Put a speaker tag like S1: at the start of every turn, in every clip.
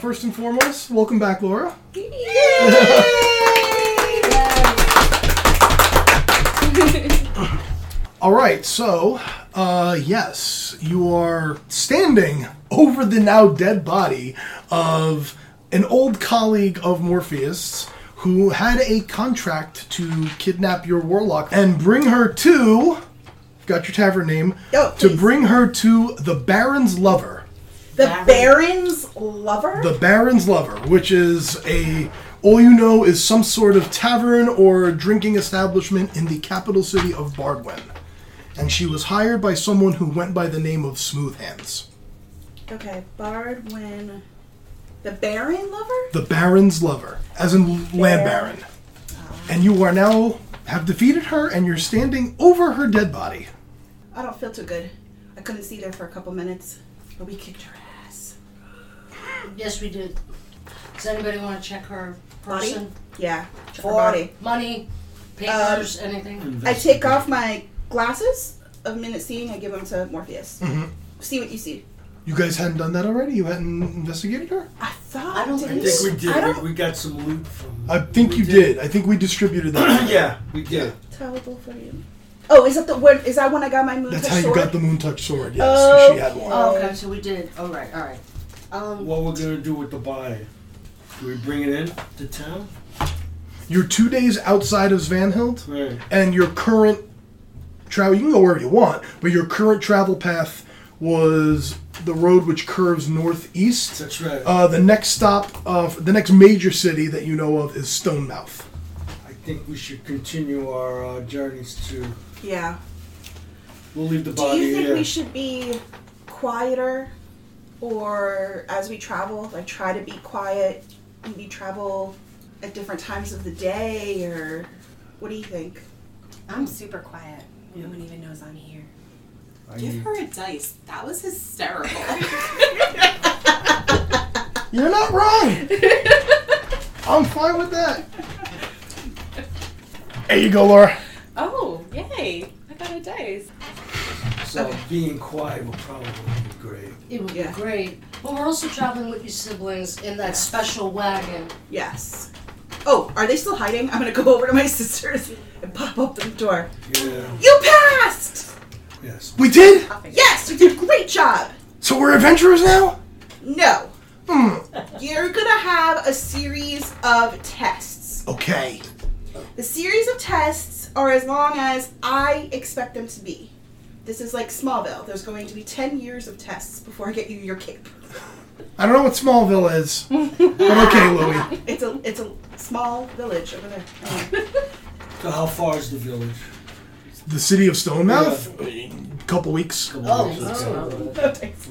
S1: first and foremost, welcome back, Laura. All right, so uh, yes, you are standing over the now dead body of an old colleague of Morpheus who had a contract to kidnap your warlock and bring her to. Got your tavern name
S2: Oh,
S1: to
S2: please.
S1: bring her to the Baron's lover.
S2: The Baron's lover?
S1: The Baron's Lover, which is a all you know is some sort of tavern or drinking establishment in the capital city of Bardwen. And she was hired by someone who went by the name of Smooth Hands.
S2: okay, Bardwin. The Baron lover?
S1: The Baron's Lover, as in Land Baron. And you are now have defeated her and you're standing over her dead body.
S2: I don't feel too good. I couldn't see there for a couple minutes, but we kicked her ass.
S3: Yes, we did. Does anybody want to check her
S2: Body?
S3: person?
S2: Yeah, check her
S3: Or
S2: body. Um,
S3: Money, papers,
S4: Mm.
S3: anything?
S2: I take off my glasses of minute seeing. I give them to Morpheus. See what you see.
S1: You guys hadn't done that already? You hadn't investigated her?
S2: I thought.
S3: I don't
S2: did
S3: think
S4: I think we
S2: I
S4: did.
S2: don't
S4: We, we got some loot from.
S1: I think
S4: we
S1: you did. I think we distributed that.
S4: yeah, we did.
S2: terrible for you. Oh, is that the one? Is that when I got my moon
S1: That's
S2: touch
S1: how you
S2: sword?
S1: got the moon touch sword, yes. She had one.
S3: Oh, okay, so we did. All right, all right. Um,
S4: What we're gonna do with the body? Do we bring it in to town?
S1: You're two days outside of Svanhild,
S4: Right.
S1: and your current travel, you can go wherever you want, but your current travel path was the road which curves northeast.
S4: That's right.
S1: Uh, the next stop, of the next major city that you know of is Stonemouth.
S4: I think we should continue our uh, journeys to.
S2: Yeah.
S4: We'll leave the
S2: Do
S4: body
S2: you think
S4: here.
S2: we should be quieter, or as we travel, like try to be quiet, maybe travel at different times of the day, or what do you think?
S5: I'm super quiet. No one even knows I'm here.
S4: I
S6: Give
S4: need-
S6: her a dice. That was hysterical.
S1: You're not wrong! I'm fine with that. There you go, Laura.
S6: oh, yay. I got a dice.
S4: so being quiet will probably be great.
S3: it would
S2: Yeah.
S3: be great. But we're also traveling with your siblings in that special wagon.
S2: Yes. Oh, are they still hiding? I'm gonna go over to my sister's and pop up the door.
S4: Yeah.
S2: You passed!
S4: Yes.
S1: We did?
S2: Yes, you did a great job!
S1: So we're adventurers now?
S2: No,
S1: Hmm.
S2: you're gonna have a series of tests.
S1: Okay.
S2: The series of tests are as long as I expect them to be. This is like Smallville. There's going to be 10 years of tests before I get you your cape.
S1: I don't know what Smallville is, but okay, Louie.
S2: It's a it's a small village over there.
S4: So how far is the village?
S1: the city of Stonemouth. A couple weeks.
S4: Come
S3: Oh,
S4: on, let's go.
S3: oh.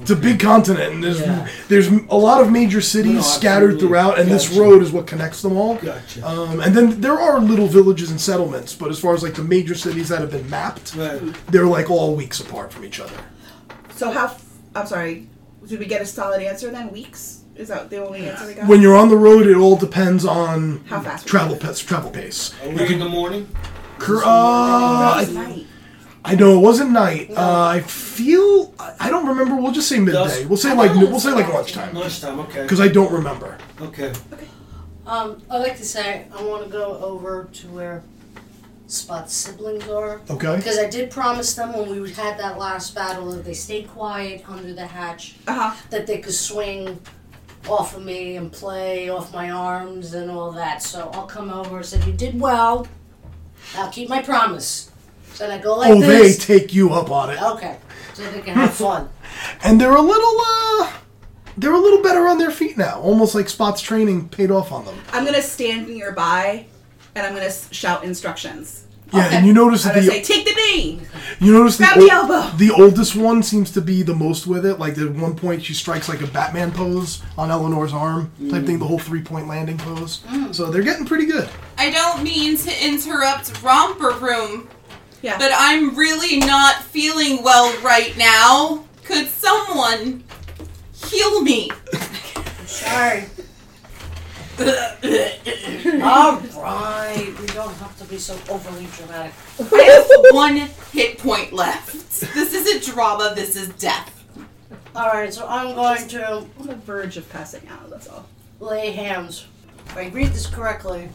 S1: It's a big continent, and there's
S4: Yeah.
S1: there's a lot of major cities
S4: No,
S1: scattered
S4: absolutely.
S1: throughout, and this
S4: Gotcha.
S1: road is what connects them all.
S4: Gotcha.
S1: Um, and then there are little villages and settlements, but as far as like the major cities that have been mapped,
S4: Right.
S1: they're like all weeks apart from each other.
S2: So how f- I'm sorry. Did we get a solid answer then? Weeks? Is that the only answer we got?
S1: When you're on the road, it all depends on
S2: How fast we
S1: travel pace. Travel pace.
S4: Are we in the morning?
S1: Cur- uh,
S2: It's night.
S1: I know it wasn't night. Uh, I feel I I don't remember. We'll just say midday. We'll say like we'll say like lunchtime
S4: Lunchtime. Okay.
S1: because I don't remember.
S4: Okay.
S3: Um, I'd like to say I want to go over to where Spot's siblings are.
S1: Okay.
S3: Because I did promise them when we had that last battle that they stayed quiet under the hatch,
S2: Uh-huh.
S3: that they could swing off of me and play off my arms and all that. So I'll come over and say, You did well. I'll keep my promise. So then I go like
S1: oh, they
S3: this.
S1: take you up on it.
S3: okay. So they can have fun.
S1: and they're a little uh they're a little better on their feet now almost like spot's training paid off on them
S2: I'm gonna stand nearby, and I'm gonna s- shout instructions.
S1: yeah
S3: Okay.
S1: and you notice
S2: I'm
S1: that
S2: gonna
S1: the
S2: say, take the knee.
S1: you notice the,
S2: grab the elbow.
S1: the oldest one seems to be the most with it like at one point she strikes like a batman pose on eleanor's arm type thing the whole three point landing pose so they're getting pretty good
S6: I don't mean to interrupt romper room,
S2: Yeah.
S6: but I'm really not feeling well right now. Could someone heal me?
S3: Sorry. all right. We don't have to be so overly dramatic.
S6: I have one hit point left. This isn't drama, this is death.
S3: All right. So I'm going to.
S2: on the verge of passing out. That's all.
S3: lay hands. If I read this correctly,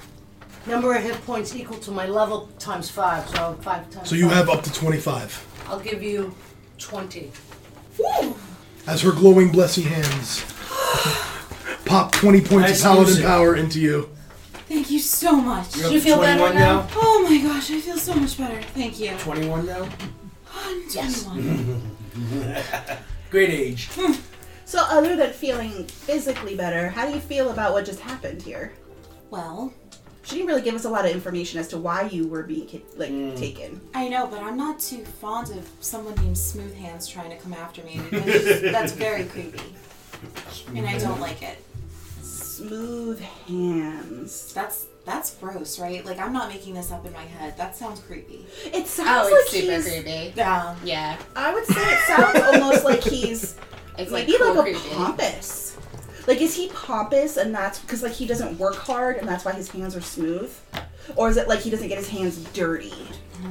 S3: number of hit points equal to my level times five, so five times.
S1: So you
S3: five.
S1: have up to 25.
S3: I'll give you twenty.
S1: As her glowing, blessing hands pop 20 points
S4: Nice
S1: of paladin
S4: music.
S1: power into you.
S6: Thank you so much.
S4: You're up
S3: you
S4: to
S3: feel better
S4: 21
S3: now?
S4: now?
S6: Oh my gosh, I feel so much better. Thank you.
S4: 21 now?
S3: Yes.
S6: 21.
S4: Great age.
S2: So, other than feeling physically better, how do you feel about what just happened here?
S6: Well,
S2: She didn't really give us a lot of information as to why you were being ki- like
S5: Hmm.
S2: taken.
S7: I know, but I'm not too fond of someone named Smooth Hands trying to come after me because that's very creepy. And I don't like it.
S2: Smooth hands.
S7: That's that's gross, right? Like I'm not making this up in my head. That sounds creepy.
S2: It sounds
S5: Oh,
S2: like
S5: it's super
S2: he's.
S5: creepy.
S7: Um,
S5: Yeah,
S2: I would say it sounds almost like he's
S5: it's like,
S2: maybe
S5: cool
S2: like, a
S5: creepy.
S2: pompous. Like, is he pompous and that's because like he doesn't work hard and that's why his hands are smooth, or is it like he doesn't get his hands dirty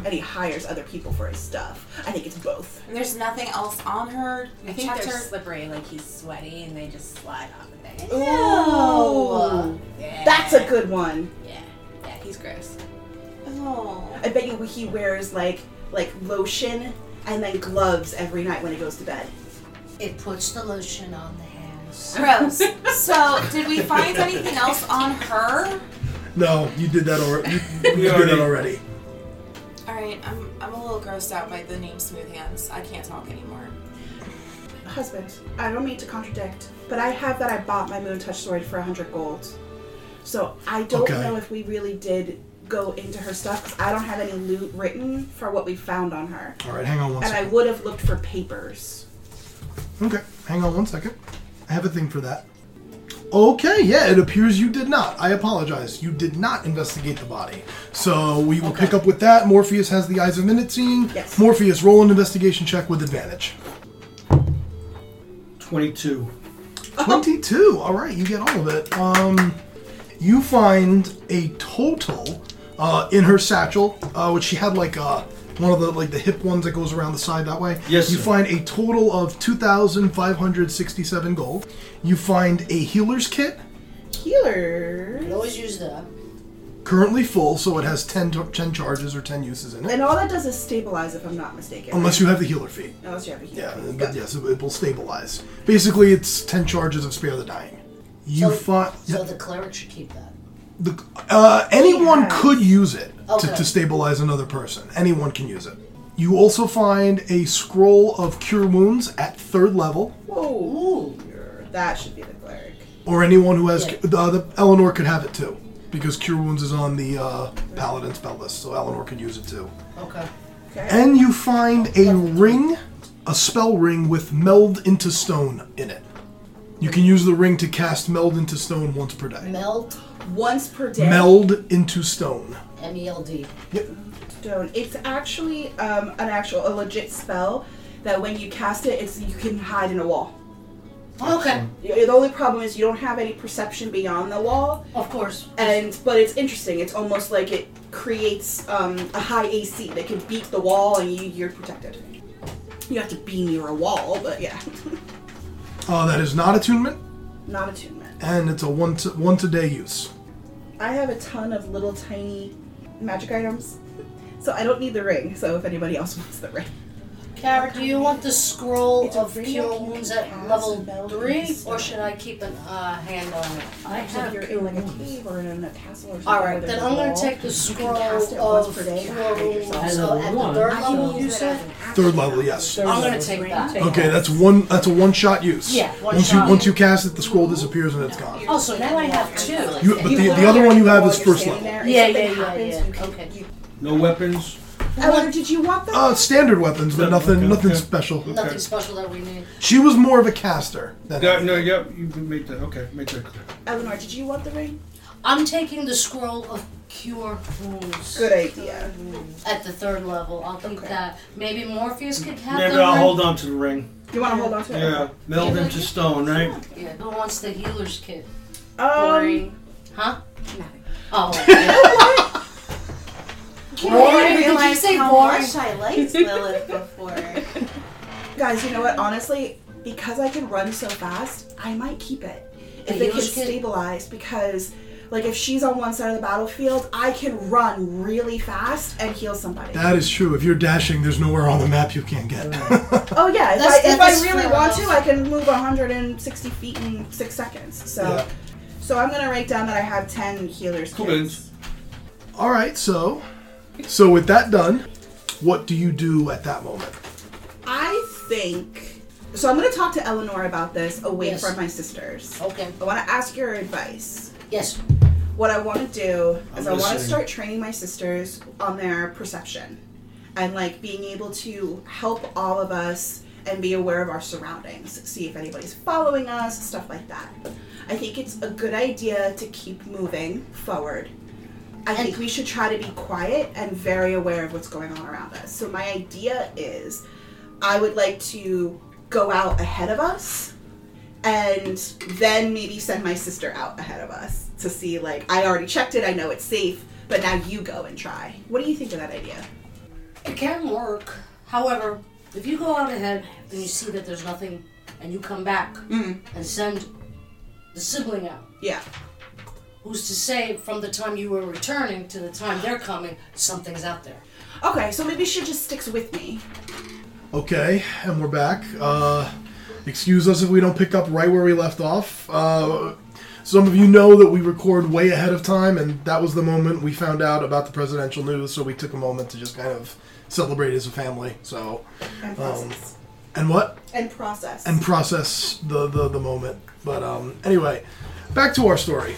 S2: and he hires other people for his stuff? I think it's both.
S7: and there's nothing else on her.
S5: I
S7: I
S5: think
S7: checked
S5: they're
S7: her.
S5: slippery, like he's sweaty, and they just slide off of there.
S2: Ooh,
S5: Yeah.
S2: that's a good one.
S5: Yeah, yeah, he's gross.
S7: Oh,
S2: I bet you he wears like like lotion and then gloves every night when he goes to bed.
S3: It puts the lotion on the hands.
S7: gross. so, did we find anything else on her?
S1: No, you did that already. You, you
S4: We
S1: did
S4: already-
S1: that already.
S7: All right, I'm I'm a little grossed out by the name Smooth Hands. I can't talk anymore.
S2: Husband, I don't mean to contradict, but I have that I bought my moon touch sword for 100 gold. So I don't
S1: Okay.
S2: know if we really did go into her stuff because I don't have any loot written for what we found on her.
S1: All right, hang on one
S2: And I
S1: second.
S2: would have looked for papers.
S1: Okay, hang on one second. I have a thing for that. Okay, yeah, it appears you did not. I apologize. You did not investigate the body. So we will pick up with that. Morpheus has the eyes of minute seeing.
S2: Yes.
S1: Morpheus, roll an investigation check with advantage.
S4: 22.
S1: 22. All right, you get all of it. Um, you find a total uh, in her satchel, uh, which she had like uh, one of the like the hip ones that goes around the side that way.
S4: Yes,
S1: You
S4: sir.
S1: find a total of 2,567 gold. You find a healer's kit,
S2: Healer.
S3: I always use that.
S1: currently full, so it has 10, to- 10 charges or 10 uses in it.
S2: And all that does is stabilize, if I'm not mistaken.
S1: Unless you have the healer fee.
S2: Unless you have a healer.
S1: Yeah, but yes, it, it will stabilize. Basically, it's 10 charges of Spare the Dying. You find.
S3: So the cleric should keep that.
S1: The, uh, anyone
S2: Yes.
S1: could use it to,
S3: Okay.
S1: to stabilize another person. Anyone can use it. You also find a scroll of cure wounds at third level,
S2: Whoa. You're- That should be the cleric.
S1: or anyone who has
S3: Yeah.
S1: uh, the Eleanor could have it too, because cure wounds is on the uh, paladin spell list, so Eleanor could use it too.
S3: Okay.
S2: Okay.
S1: And you find a ring, a spell ring with meld into stone in it. You can use the ring to cast meld into stone once per day.
S3: Meld,
S2: Once per day.
S1: Meld into stone.
S3: M E L D.
S2: stone. It's actually um, an actual a legit spell that when you cast it, it's you can hide in a wall.
S3: Okay.
S2: Y- The only problem is you don't have any perception beyond the wall,
S3: Of course.
S2: and but it's interesting. It's almost like it creates um, a high AC that can beat the wall, and you, you're protected. You have to be near a wall, but yeah,
S1: Uh, that is not attunement,
S2: not attunement.
S1: and it's a one to, one to day use.
S2: I have a ton of little tiny magic items, so I don't need the ring. So if anybody else wants the ring,
S3: Kara, do you want the scroll
S2: It's a
S3: of
S2: ring
S3: cure
S2: you can
S3: wounds at
S2: cast
S3: level
S2: spell
S3: three,
S2: against.
S3: or should I keep an uh, hand on it? I
S2: So if you're in like a cave or in a castle or something.
S3: All
S2: where
S3: right,
S2: there's
S3: then
S2: a
S3: I'm gonna
S2: wall,
S3: take the scroll
S2: cast it once
S3: of
S2: per day.
S3: cure wounds
S2: As
S3: so
S4: a
S3: at the
S4: one.
S3: third
S5: I
S3: level.
S5: can
S3: You
S5: use it as
S3: said.
S5: an action.
S1: Third level, yes.
S3: I'm gonna take that.
S1: Okay, that's one. That's a one-shot use.
S3: Yeah, one
S1: once
S3: shot.
S1: you once you cast it, the scroll disappears and it's gone.
S3: Oh, so now I have two.
S1: You, but the, the other one you have is first level.
S3: Yeah, yeah, yeah, yeah. Okay.
S4: No weapons.
S2: Eleanor, did you want the?
S1: Uh, standard weapons, but nothing
S4: Okay,
S1: nothing
S4: okay.
S1: special.
S3: Nothing special that we need.
S1: She was more of a caster than
S4: Yeah, no, yep, you can make that. Okay, make that clear.
S2: Eleanor, did you want the ring?
S3: I'm taking the scroll of cure wounds
S2: Good idea.
S3: at the third level. I'll keep
S2: Okay.
S3: that. Maybe Morpheus could have
S4: Maybe
S3: the
S4: I'll
S3: ring.
S4: hold on to the ring.
S2: You want to hold on to it?
S4: Yeah, meld into stone, right?
S3: Yeah, who wants the healer's kit?
S2: Um,
S5: Boring.
S3: Huh?
S5: Nothing.
S3: Oh. yeah. Boring?
S5: I
S3: Did you
S5: realized
S3: say
S5: how
S3: boring?
S5: much I liked Lilith before.
S2: guys, you know what? Honestly, because I can run so fast, I might keep it. if
S3: The
S2: they can
S3: Yule's kid?
S2: stabilize because like if she's on one side of the battlefield, I can run really fast and heal somebody.
S1: That is true. If you're dashing, there's nowhere on the map you can't get.
S2: oh yeah, if
S3: That's-
S2: I, if
S3: that's
S2: I really
S3: fair
S2: want to,
S3: enough.
S2: I can move 160 feet in six seconds. So,
S1: Yeah.
S2: so I'm gonna write down that I have 10 healers.
S4: Cool
S2: kits.
S4: beans.
S1: All right, so so with that done, what do you do at that moment?
S2: I think so. I'm gonna talk to Eleanor about this away
S3: Yes.
S2: from my sisters.
S3: Okay.
S2: I want to ask your advice.
S3: Yes.
S2: What I want to do is I
S4: gonna
S2: want to
S4: say-
S2: start training my sisters on their perception and like being able to help all of us and be aware of our surroundings, see if anybody's following us, stuff like that. I think it's a good idea to keep moving forward. I think we should try to be quiet and very aware of what's going on around us. So my idea is I would like to go out ahead of us and then maybe send my sister out ahead of us to see like I already checked it, I know it's safe, but now you go and try. What do you think of that idea?
S3: It can work. However, if you go out ahead and you see that there's nothing and you come back
S5: Mm-hmm.
S3: and send the sibling out,
S2: Yeah.
S3: who's to say from the time you were returning to the time they're coming, something's out there.
S2: Okay, so maybe she just sticks with me.
S1: Okay, and we're back. Uh, excuse us if we don't pick up right where we left off. Uh, some of you know that we record way ahead of time, and that was the moment we found out about the presidential news, so we took a moment to just kind of celebrate as a family. So,
S2: And process.
S1: and what?
S2: and process.
S1: Um, And process the, the, the moment. But um, anyway, back to our story.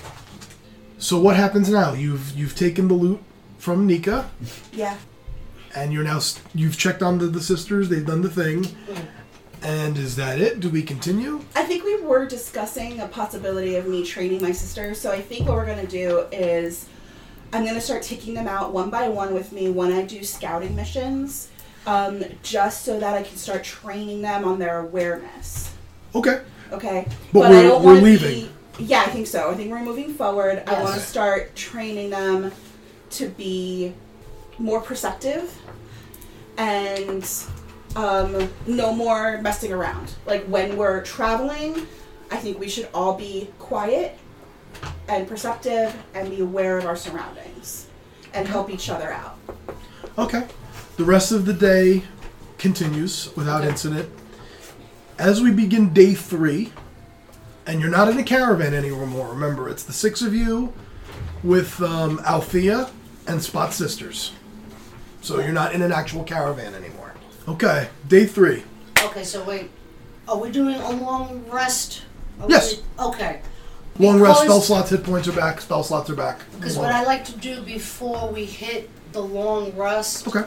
S1: So what happens now? You've you've taken the loot from Nika.
S2: yeah.
S1: and you're now s- you've checked on the, the sisters they've done the thing and is that it do we continue
S2: I think we were discussing a possibility of me training my sister, so I think what we're gonna do is I'm gonna start taking them out one by one with me when I do scouting missions, um, just so that I can start training them on their awareness.
S1: okay
S2: Okay.
S1: But
S2: I
S1: we're-
S2: don't
S1: we're
S2: wanna
S1: leaving.
S2: Be, yeah, I think so. I think we're moving forward. I
S3: Yes.
S2: want to start training them to be more perceptive and um, no more messing around. Like when we're traveling, I think we should all be quiet and perceptive and be aware of our surroundings and help each other out.
S1: okay the rest of the day continues without incident as we begin day three and you're not in a caravan anymore remember it's the six of you with um, althea and spot sisters so you're not in an actual caravan anymore okay day three
S3: Okay, so wait. Are we doing a long rest? Are
S1: Yes.
S3: We, okay.
S1: long rest spell
S3: Because-
S1: slots hit points are back spell slots are back
S3: Because what I like to do before we hit the long rest,
S1: okay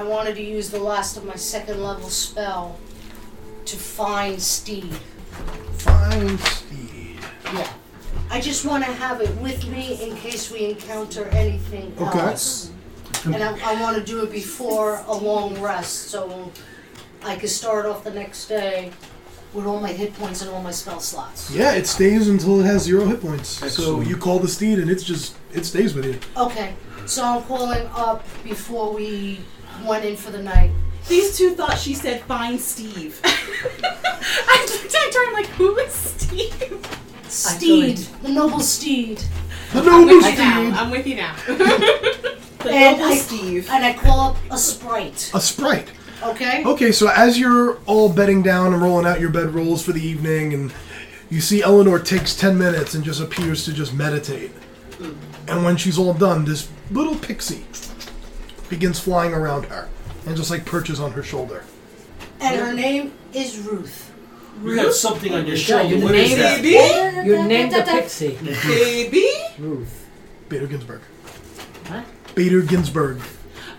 S3: I wanted to use the last of my second level spell to find Steed.
S1: Fine speed.
S3: Yeah. I just want to have it with me in case we encounter anything
S1: Okay. Mm.
S3: else. And I, I want to do it before a long rest so I can start off the next day with all my hit points and all my spell slots.
S1: Yeah, it stays until it has zero hit points. So
S4: Excellent.
S1: you call the steed, and it's just it stays with you.
S3: Okay, so I'm calling up before we went in for the night.
S2: These two thought she said, "Find Steve."
S5: I looked at her, I'm like, who is Steve?
S3: Steed, the noble steed.
S1: The noble
S5: I know,
S1: steed,
S5: I'm with you now.
S2: The
S3: And
S2: noble
S3: I-
S2: Steve.
S3: And I call up a sprite,
S1: a sprite.
S3: okay?
S1: Okay, so as you're all bedding down and rolling out your bed rolls for the evening, and you see Eleanor takes ten minutes and just appears to just meditate. And when she's all done, this little pixie begins flying around her and just like perches on her shoulder.
S3: And her name is Ruth.
S4: You got something on your shoulder.
S8: You're
S4: What is that?
S8: named, you're named a pixie.
S6: Baby?
S8: Ruth.
S1: Bader Ginsburg.
S8: What?
S1: Bader Ginsburg.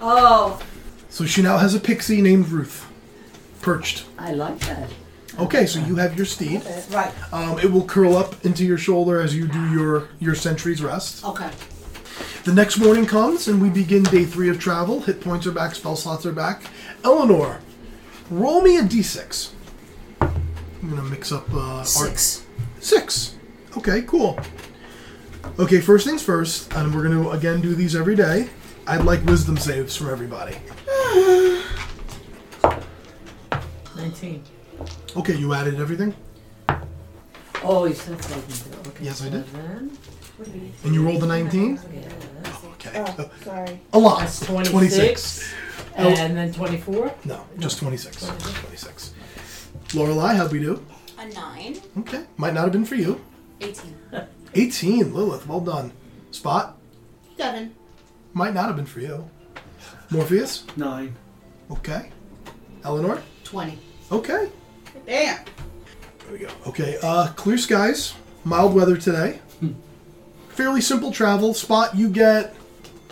S2: Oh,
S1: So she now has a pixie named Ruth, perched.
S8: I like that.
S1: Okay, so you have your steed.
S3: Right,
S1: Um, it will curl up into your shoulder as you do your your sentry's rest.
S3: okay.
S1: The next morning comes, and we begin day three of travel. Hit points are back, spell slots are back. Eleanor, roll me a d6. I'm gonna mix up uh, Art.
S3: Six.
S1: Six. Okay, cool. Okay, first things first, and we're gonna again do these every day. I'd like wisdom saves from everybody.
S8: 19.
S1: Okay, you added everything.
S8: Oh, you said something to okay.
S1: Yes, I
S8: so
S1: did.
S8: Then,
S1: And you rolled a 19?
S8: yeah.
S1: Okay. Uh,
S2: Sorry.
S1: A lot.
S8: That's
S1: 26.
S8: 26.
S1: Oh.
S8: And then 24.
S1: No, just 26. 26. Lorelei, how'd we do?
S7: A nine.
S1: Okay. Might not have been for you.
S5: 18.
S1: 18, Lilith, well done. Spot,
S2: Seven.
S1: might not have been for you. Morpheus,
S4: Nine.
S1: okay. Eleanor,
S3: 20.
S1: okay. There
S2: Damn.
S1: we go. Okay, uh, clear skies, mild weather today. Fairly simple travel. Spot you get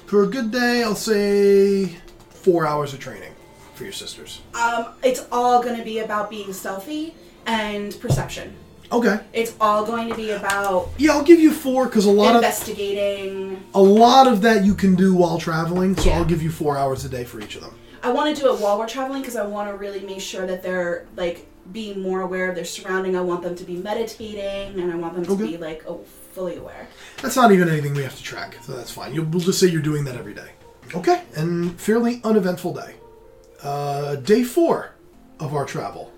S1: for a good day, I'll say four hours of training for your sisters.
S2: Um, it's all going to be about being stealthy and perception.
S1: Okay.
S2: It's all going to be about
S1: Yeah, I'll give you four because a lot of
S2: investigating.
S1: a lot of that you can do while traveling. So
S2: Yeah.
S1: I'll give you four hours a day for each of them.
S2: I want to do it while we're traveling because I want to really make sure that they're like being more aware of their surrounding. I want them to be meditating and I want them to
S1: Okay.
S2: be like oh, fully aware.
S1: That's not even anything we have to track, so that's fine. You'll, we'll just say you're doing that every day. Okay, and fairly uneventful day. Uh, day four of our travel.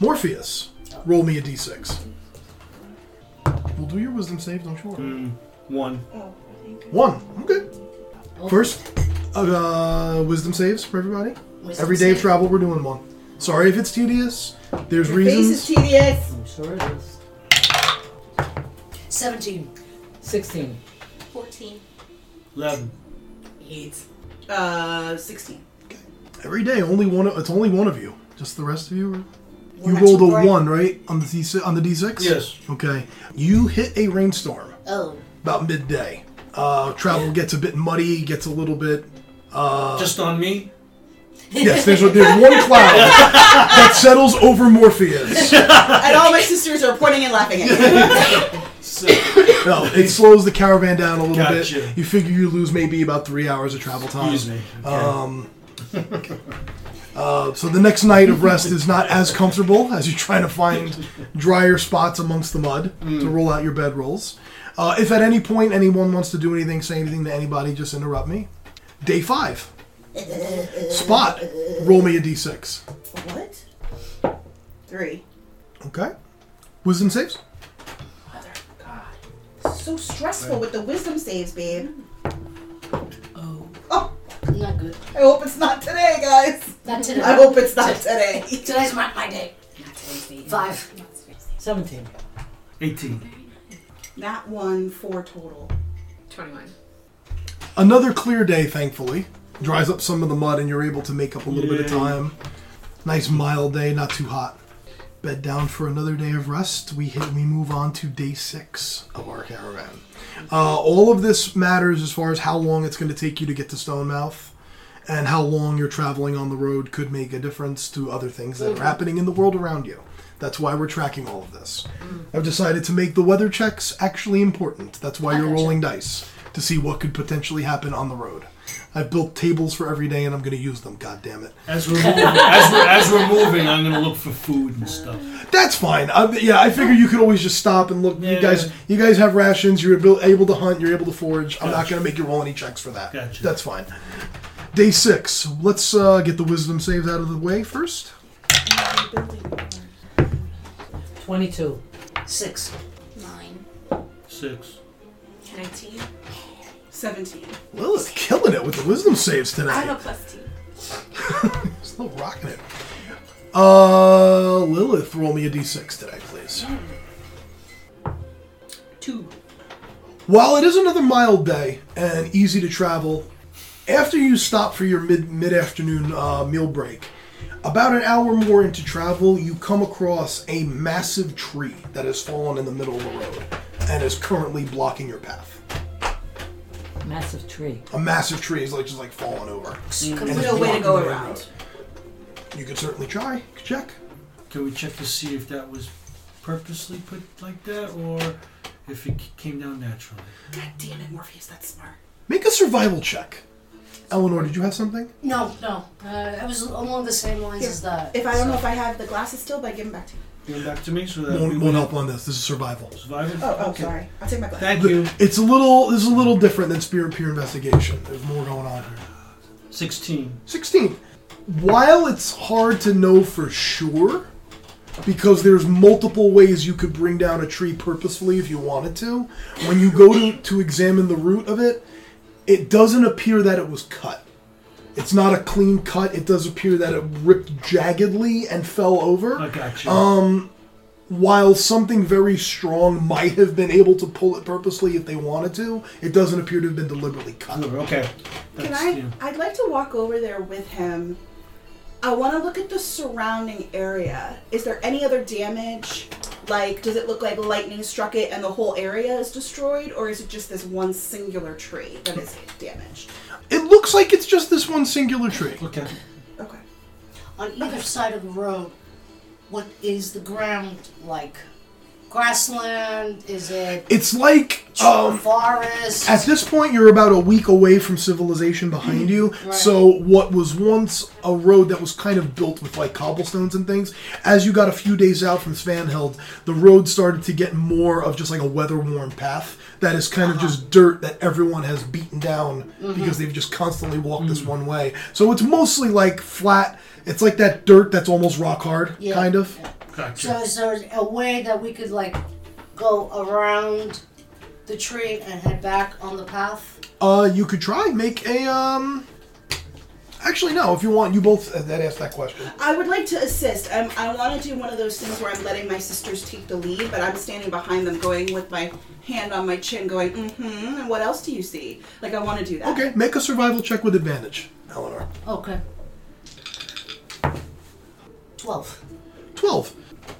S1: Morpheus, roll me a d6. We'll do your wisdom save, don't you worry.
S4: Hmm, One.
S2: Oh, I think.
S1: One. Okay.
S2: Oh.
S1: First, uh, wisdom saves for everybody. every day of travel, we're doing one. Sorry if it's tedious. There's
S2: Face
S1: reasons.
S2: is tedious.
S8: I'm sure it is.
S3: 17.
S8: 16.
S7: 14.
S4: Eleven.
S3: 8.
S2: Uh, sixteen.
S1: Every day, only one. It's only one of you. Just the rest of you. Are, you
S3: We're
S1: rolled a
S3: actually-
S1: one, right, on the d on the d6.
S4: Yes.
S1: Okay. You hit a rainstorm
S3: Oh.
S1: about midday. Uh, travel gets a bit muddy. Gets a little bit. Uh,
S4: Just on me.
S1: Yes, there's, a, there's one cloud that settles over Morpheus.
S2: and all my sisters are pointing and laughing at me.
S4: Seven.
S1: No, it slows the caravan down a little
S4: Gotcha.
S1: bit. You figure you lose maybe about three hours of travel time.
S4: Excuse me. Okay.
S1: Um, uh, so the next night of rest is not as comfortable as you're trying to find drier spots amongst the mud to roll out your bed rolls. Uh, if at any point anyone wants to do anything, say anything to anybody, just interrupt me. Day five. Spot. Roll me a d6.
S2: what? Three.
S1: Okay. Wisdom saves.
S2: So stressful with the wisdom saves, babe.
S3: Not good.
S2: I hope it's not today, guys.
S3: Not today.
S2: I hope it's not today.
S3: Today's my, my day.
S5: Not today's date.
S3: 5.
S8: 17.
S4: Eighteen.
S2: That one, four total.
S5: 21.
S1: Another clear day, thankfully. Dries up some of the mud and you're able to make up a little bit of
S4: Yay.
S1: time. Nice mild day, not too hot. Bed down for another day of rest. We hit, we move on to day six of our caravan. Uh, all of this matters as far as how long it's going to take you to get to Stonemouth, and how long you're traveling on the road could make a difference to other things that are happening in the world around you. That's why we're tracking all of this. I've decided to make the weather checks actually important. That's why you're rolling dice to see what could potentially happen on the road. I've built tables for every day, and I'm going to use them. God damn it.
S4: As we're moving, as we're, as we're moving, I'm gonna look for food and stuff.
S1: That's fine. I, yeah, I figure you could always just stop and look. You
S4: Yeah.
S1: guys, you guys have rations. You're abil- able to hunt. You're able to forage. I'm not going to make you roll any checks for that.
S4: Gotcha.
S1: That's fine. Day six. Let's uh, get the wisdom saves out of the way first.
S8: 22.
S3: 6.
S7: Nine.
S4: Six.
S5: 19.
S2: Seventeen.
S1: Lilith killing it with the wisdom saves
S5: I have
S1: tonight.
S5: a plus 2.
S1: Still rocking it. Uh, Lilith, roll me a d6 today, please.
S5: Mm.
S2: Two.
S1: While it is another mild day and easy to travel, after you stop for your mid mid afternoon uh, meal break, about an hour more into travel, you come across a massive tree that has fallen in the middle of the road and is currently blocking your path.
S8: Massive tree.
S1: A massive tree is like just like falling over.
S2: What a way to go around.
S1: You could certainly try. Check.
S4: Can we check to see if that was purposely put like that or if it c- came down naturally?
S2: God damn it, Morpheus, that's smart.
S1: Make a survival check. Eleanor, did you have something?
S3: No, no. Uh, I was along the same lines
S2: Yeah.
S3: as that.
S2: If I don't
S3: so-
S2: know if I have the glasses still, but I give them back to you.
S4: Give it back to me so that we
S1: Won't,
S4: would
S1: won't help on this. This is survival.
S4: survive it.
S2: Oh, oh, sorry. I'll take my glasses.
S4: Thank you.
S1: It's a little. This is a little different than spirit peer investigation. There's more going on here.
S4: 16.
S1: 16. While it's hard to know for sure, because there's multiple ways you could bring down a tree purposefully if you wanted to. When you go to, to examine the root of it, it doesn't appear that it was cut. It's not a clean cut. It does appear that it ripped jaggedly and fell over
S4: I got you.
S1: while something very strong might have been able to pull it purposely if they wanted to, it doesn't appear to have been deliberately cut.
S4: okay.
S2: Can
S4: That's,
S2: I?
S4: yeah.
S2: I'd like to walk over there with him. I want to look at the surrounding area. Is there any other damage? Like, does it look like lightning struck it and the whole area is destroyed, or is it just this one singular tree that is damaged?
S1: It looks like it's just this one singular tree.
S4: Okay.
S2: Okay.
S3: On either side of the road, what is the ground like? Grassland? Is it
S1: It's like um,
S3: forest?
S1: at this point you're about a week away from civilization behind you. So what was once a road that was kind of built with like cobblestones and things, as you got a few days out from Svanhild, the road started to get more of just like a weather-worn path that is kind
S3: Uh-huh.
S1: of just dirt that everyone has beaten down
S3: Mm-hmm.
S1: because they've just constantly walked this
S3: Mm.
S1: one way. So it's mostly like flat. It's like that dirt that's almost rock hard,
S3: Yeah.
S1: kind of.
S4: Gotcha.
S3: so is there a way that we could like go around the tree and head back on the path?
S1: Uh, you could try make a um. Actually, no. If you want, you both uh, that asked that question.
S2: I would like to assist. i I want to do one of those things where I'm letting my sisters take the lead, but I'm standing behind them, going with my hand on my chin, going, mm-hmm. And what else do you see? Like, I want to do that.
S1: Okay, make a survival check with advantage, Eleanor.
S3: Okay. Twelve.
S1: Twelve.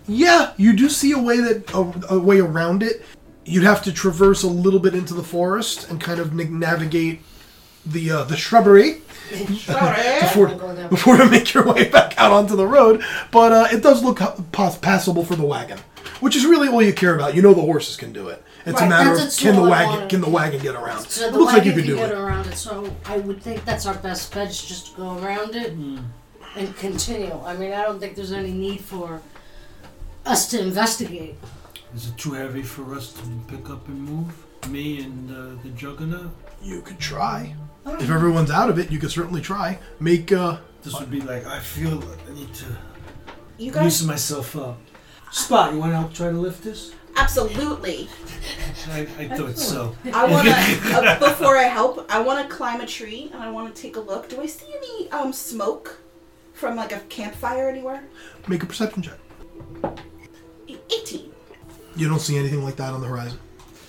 S1: Yeah, you do see a way that a, a way around it. You'd have to traverse a little bit into the forest and kind of na- navigate the uh, the shrubbery before
S3: go there.
S1: before to make your way back out onto the road. But uh, it does look ho- pos- passable for the wagon, which is really all you care about. You know the horses can do it. It's a
S3: Right,
S1: matter
S3: that's
S1: of
S3: a
S1: can the
S3: smaller
S1: wagon
S3: one.
S1: can the wagon get around.
S3: So
S1: it
S3: the
S1: looks like
S3: wagon
S1: you could
S3: can
S1: do
S3: get
S1: it.
S3: around it. So I would think that's our best bet is just to go around it and continue. I mean, I don't think there's any need for us to investigate.
S4: Is it too heavy for us to pick up and move? Me and uh, the Juggernaut?
S1: You could try. If everyone's out of it, you could certainly try. Make uh,
S4: This would be like, I feel like I need to
S2: You guys,
S4: loosen myself up. Spot, you want to help try to lift this?
S2: absolutely.
S4: I, I thought so.
S2: I want to, uh, before I help, I want to climb a tree and I want to take a look. Do I see any um, smoke from like a campfire anywhere?
S1: make a perception check.
S2: E- 18.
S1: You don't see anything like that on the horizon.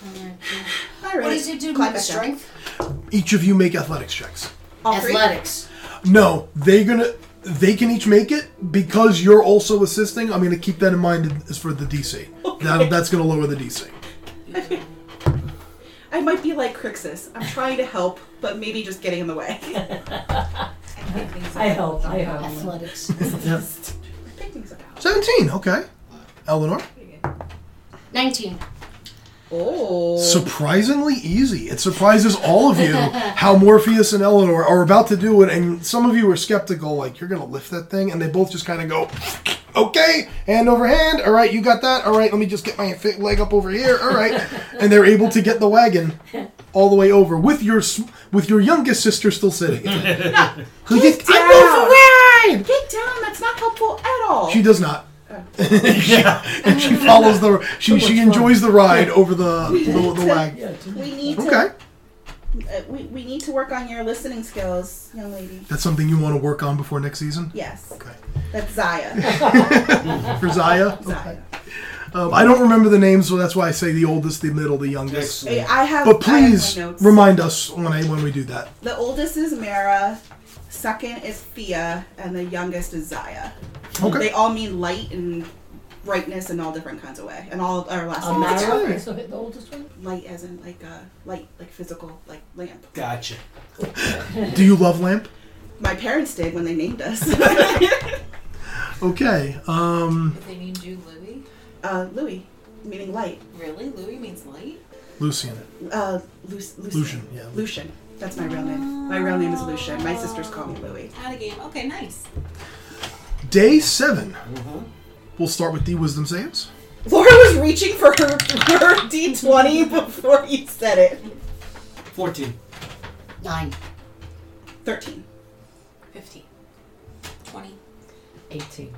S2: All right.
S3: What does it do?
S2: Climb back
S3: Climb
S2: down.
S3: strength?
S1: Each of you make athletics checks.
S2: All three?
S3: Athletics.
S1: No, they're gonna. They can each make it because you're also assisting. I'm gonna keep that in mind is for the DC. That, that's gonna lower the DC.
S2: I might be like Crixus. I'm trying to help, but maybe just getting in the way.
S8: I help. I help.
S3: Athletics.
S4: Yep.
S2: Pick things up. out.
S1: Seventeen. Okay. Eleanor,
S3: Nineteen.
S2: Oh.
S1: surprisingly easy. It surprises all of you how Morpheus and Eleanor are about to do it, and some of you are skeptical, like you're gonna lift that thing, and they both just kind of go, okay, hand over hand. All right, you got that. All right, let me just get my fi- leg up over here. All right, and they're able to get the wagon all the way over with your s- with your youngest sister still sitting. in it. Who just- "I'm going for a ride!"
S2: Get down. That's not helpful at all. Oh.
S1: She does not. and she follows the she she enjoys the ride over the the, the wagon.
S8: Yeah, two-
S2: we need
S1: Okay.
S2: to. Uh, we, we need to work on your listening skills, young lady.
S1: That's something you want to work on before next season?
S2: Yes.
S1: Okay.
S2: That's Zaya.
S1: For Zaya?
S2: Zaya.
S1: Um, I don't remember the names, so that's why I say the oldest, the middle, the youngest.
S2: Hey,
S4: Excellent.
S2: I have.
S1: But
S2: I have my
S1: please
S2: notes.
S1: remind us when I when we do that.
S2: The oldest is Mara, second is Fia, and the youngest is Zaya. They
S1: Okay.
S2: all mean light and brightness in all different kinds of way. And all our last
S8: A
S2: names are
S8: Mara.
S1: right.
S8: So hit the oldest one.
S2: light as in like a light, like physical, like lamp.
S4: Gotcha.
S1: Do you love lamp?
S2: My parents did when they named us.
S1: Okay. Um,
S7: If they named you Louie,
S2: uh, Louis, meaning light.
S7: really? Louie means light?
S1: Lucian.
S2: Uh, Lu- Lucian.
S1: Lucian, yeah.
S2: Lucian. That's my real name. My real name is Lucian. My sisters call me Louis.
S7: Out of game. Okay, nice.
S1: Day 7
S2: Mm-hmm.
S1: We'll start with the wisdom saves.
S2: Laura was reaching for her, her D20 before you said it.
S4: 14.
S3: Nine.
S2: 13.
S7: 15. 20.
S8: 18.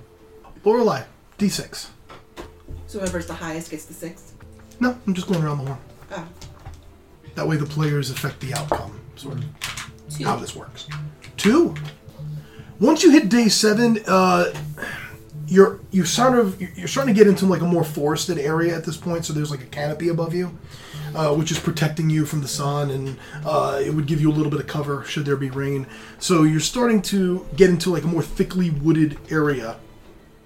S1: Lorelai. D6.
S2: So whoever's the highest gets the six.
S1: No, I'm just going around the horn.
S2: Oh.
S1: That way the players affect the outcome, sort of how this works. Two. Once you hit day seven, uh, you're you sort of you're starting to get into like a more forested area at this point. So there's like a canopy above you, uh, which is protecting you from the sun, and uh, it would give you a little bit of cover should there be rain. So you're starting to get into like a more thickly wooded area.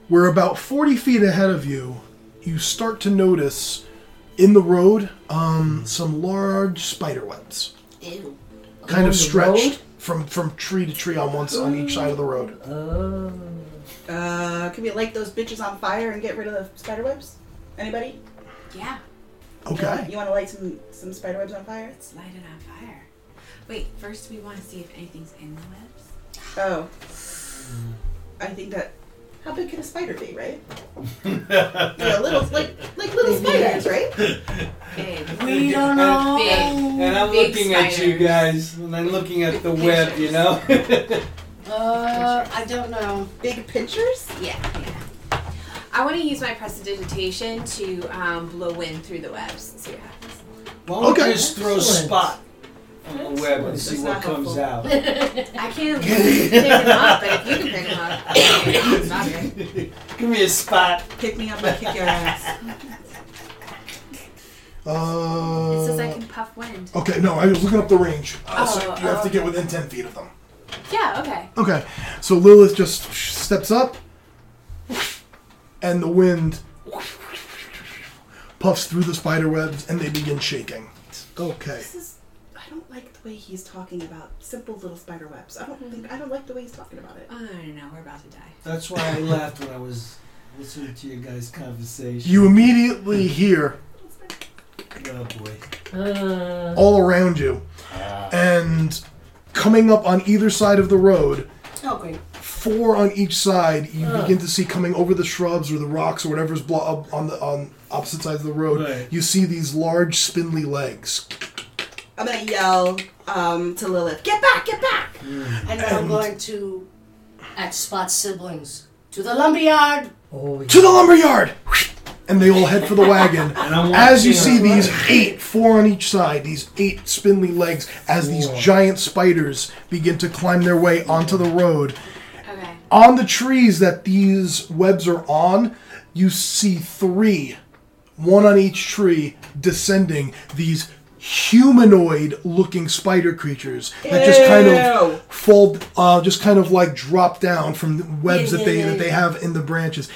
S1: Where about 40 feet ahead of you, you start to notice in the road um, some large spider webs
S3: Ew.
S1: kind
S8: Along
S1: of
S8: the
S1: stretched
S8: road?
S1: from from tree to tree on one s- on each side of the road.
S8: Oh.
S2: Uh, can we light those bitches on fire and get rid of the spider webs? Anybody?
S5: Yeah,
S1: Okay.
S2: You want to light some some spider webs on fire?
S5: let's light it on fire. Wait, first we want to see if anything's in the webs.
S2: Oh. I think that. How big can a spider be, right? yeah, little like like little spiders, right?
S5: Big.
S3: We don't know.
S5: Big.
S4: And I'm
S5: Big
S4: looking at you
S5: spiders.
S4: guys, and I'm looking at the web, you know?
S3: Uh, I don't know.
S2: Big pinchers.
S5: Yeah, yeah. I want to use my prestidigitation to um, blow wind through the webs and see what happens.
S4: Why don't
S1: Okay.
S4: you just throw
S8: Excellent.
S4: spot on the web and
S8: That's
S4: see
S2: not
S4: what comes
S2: helpful.
S4: out?
S5: I can't pick them up, but if you can pick them up, it's not good.
S4: Give me a spot.
S2: Pick me up and kick your ass.
S5: It says I
S1: Uh,
S5: can puff wind.
S1: okay. No, I was looking up the range. Uh, so
S5: Oh,
S1: you have to
S5: okay.
S1: get within ten feet of them.
S5: Yeah, okay.
S1: Okay. So Lilith just steps up, and the wind puffs through the spider webs, and they begin shaking. Okay.
S2: This is. I don't like the way he's talking about simple little spider webs. I
S5: Mm-hmm.
S2: don't think I don't like the way he's talking about it.
S5: Oh, no, no, no, we're about to die.
S4: That's why I laughed when I was listening to your guys' conversation.
S1: You immediately hear
S4: Oh boy.
S8: Uh,
S1: all around you, and coming up on either side of the road
S3: Oh, great.
S1: four on each side you begin to see coming over the shrubs or the rocks or whatever's blo- up on the on opposite sides of the road
S4: Right.
S1: you see these large spindly legs
S2: I'm gonna yell um, to Lilith, "Get back! Get back!"
S3: And I'm going to, at Spot's siblings, to the lumberyard.
S8: oh, yeah.
S1: to the lumberyard and they all head for the wagon
S4: And I'm
S1: as you see
S4: watching
S1: these eight four on each side these eight spindly legs as these giant spiders begin to climb their way onto the road
S5: Okay.
S1: on the trees that these webs are on, you see three, one on each tree, descending these humanoid looking spider creatures that just kind of fall uh, just kind of like drop down from the webs that they that they have in the branches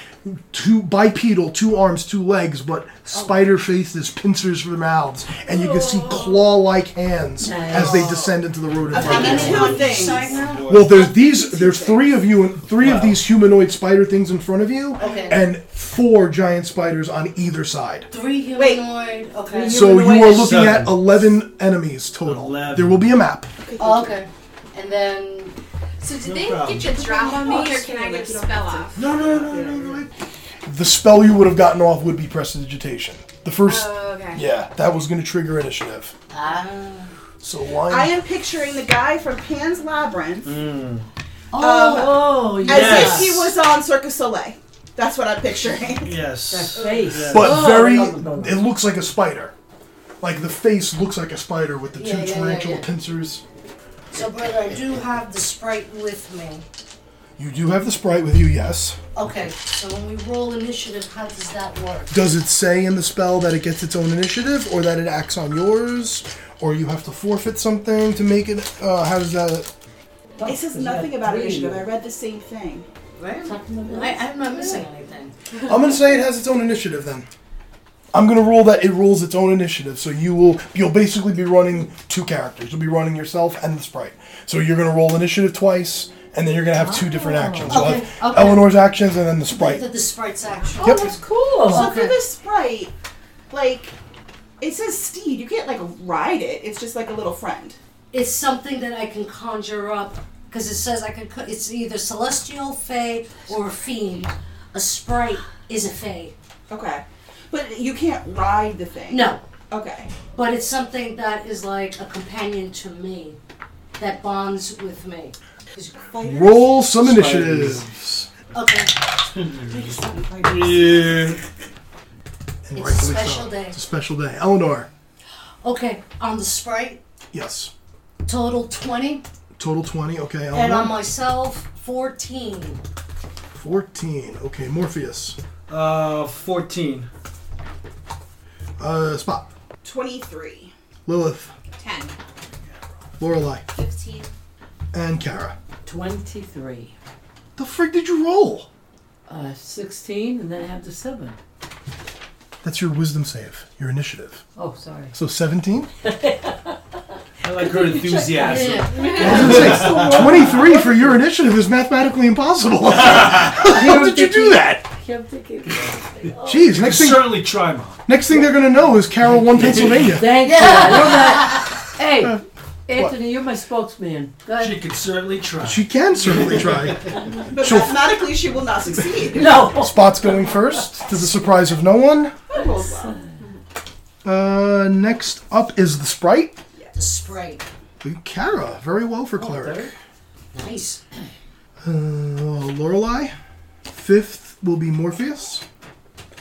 S1: two bipedal two arms two legs but spider faces pincers for mouths and you can see claw like hands as they descend into the road in front of you.
S2: many two things.
S3: Side now?
S1: Well, there's these. There's three of you, and three of these humanoid spider things in front of you,
S3: Okay.
S1: and four giant spiders on either side.
S3: Three humanoid. okay.
S1: so you are looking at
S4: Seven.
S1: eleven enemies total.
S4: Eleven.
S1: There will be a map.
S3: Oh, okay. And then
S5: So did
S4: No
S5: they
S4: problem.
S5: get the drop on me, or can
S2: Like,
S5: I get a
S2: you don't
S5: spell
S2: have to.
S5: off?
S1: No, no, no, no, no. The spell you would have gotten off would be prestidigitation. The first,
S5: Oh, okay.
S1: yeah, that was going to trigger initiative.
S3: ah.
S1: So one.
S5: Oh.
S2: I am picturing the guy from Pan's Labyrinth
S8: oh, yeah.
S2: as if
S4: Yes.
S2: he was on Circus Soleil. That's what I'm picturing.
S8: That
S4: Yes.
S8: face.
S4: Yeah.
S1: but
S8: Oh,
S1: very,
S8: no, no, no.
S1: it looks like a spider. Like the face looks like a spider with the
S3: Yeah, yeah,
S1: two
S3: yeah,
S1: tarantula
S3: yeah.
S1: pincers.
S3: So, brother, I do have the sprite with me.
S1: You do have the sprite with you, yes.
S3: Okay. So when we roll initiative, how does that work?
S1: Does it say in the spell that it gets its own initiative, or that it acts on yours, or you have to forfeit something to make it? Uh, how does that?
S2: It says nothing about initiative. I read the same thing.
S3: Right. I, I'm not missing anything.
S1: I'm gonna say it has its own initiative then. I'm gonna rule that it rules its own initiative. So you will you'll basically be running two characters. You'll be running yourself and the sprite. So you're gonna roll initiative twice, and then you're gonna have two different actions. You'll
S3: Okay,
S1: have
S3: okay.
S1: Eleanor's actions and then the sprite.
S3: That the sprite's action.
S1: Yep.
S8: Oh, That's cool.
S2: So
S3: Okay.
S2: for the sprite, like, it says steed. You can't like ride it. It's just like a little friend.
S3: It's something that I can conjure up because it says I could. co- It's either celestial, fey, or a fiend. A sprite is a fey.
S2: Okay, but you can't ride the thing.
S3: No,
S2: Okay.
S3: but it's something that is like a companion to me, that bonds with me.
S1: Roll some initiatives.
S3: Okay.
S4: yeah.
S1: And
S3: It's a
S1: rightfully
S3: special
S1: so.
S3: day.
S1: It's a special day. Eleanor,
S3: Okay, on the Sprite,
S1: yes.
S3: total 20.
S1: Total 20. Okay, Eleanor.
S3: And um, on myself, 14.
S1: 14. Okay, Morpheus.
S4: Uh, 14.
S1: Uh, Spot.
S2: 23.
S1: Lilith.
S6: 10.
S1: Lorelei.
S5: 15.
S1: And Kara.
S8: 23.
S1: The frig did you roll?
S8: Uh, 16, and then I have the 7.
S1: That's your wisdom save, your initiative.
S8: Oh, sorry.
S1: So 17?
S4: I like her enthusiasm.
S3: Yeah.
S1: 23 for your initiative is mathematically impossible. How did you do that?
S8: I'm thinking.
S1: Jeez, next thing,
S4: Certainly try, Mom.
S1: next thing they're going to know is Carol won Pennsylvania.
S8: Thank you. You're my- hey, Anthony, you're my spokesman. Go ahead.
S4: She could certainly try.
S1: She can certainly try.
S2: But
S1: She'll-
S2: mathematically, she will not succeed.
S8: No.
S1: Spot's going first, to the surprise of no one. Uh, next up is the sprite.
S3: The Sprite.
S1: Kara, very well for cleric.
S3: Nice.
S1: Uh, Lorelei. Fifth will be Morpheus.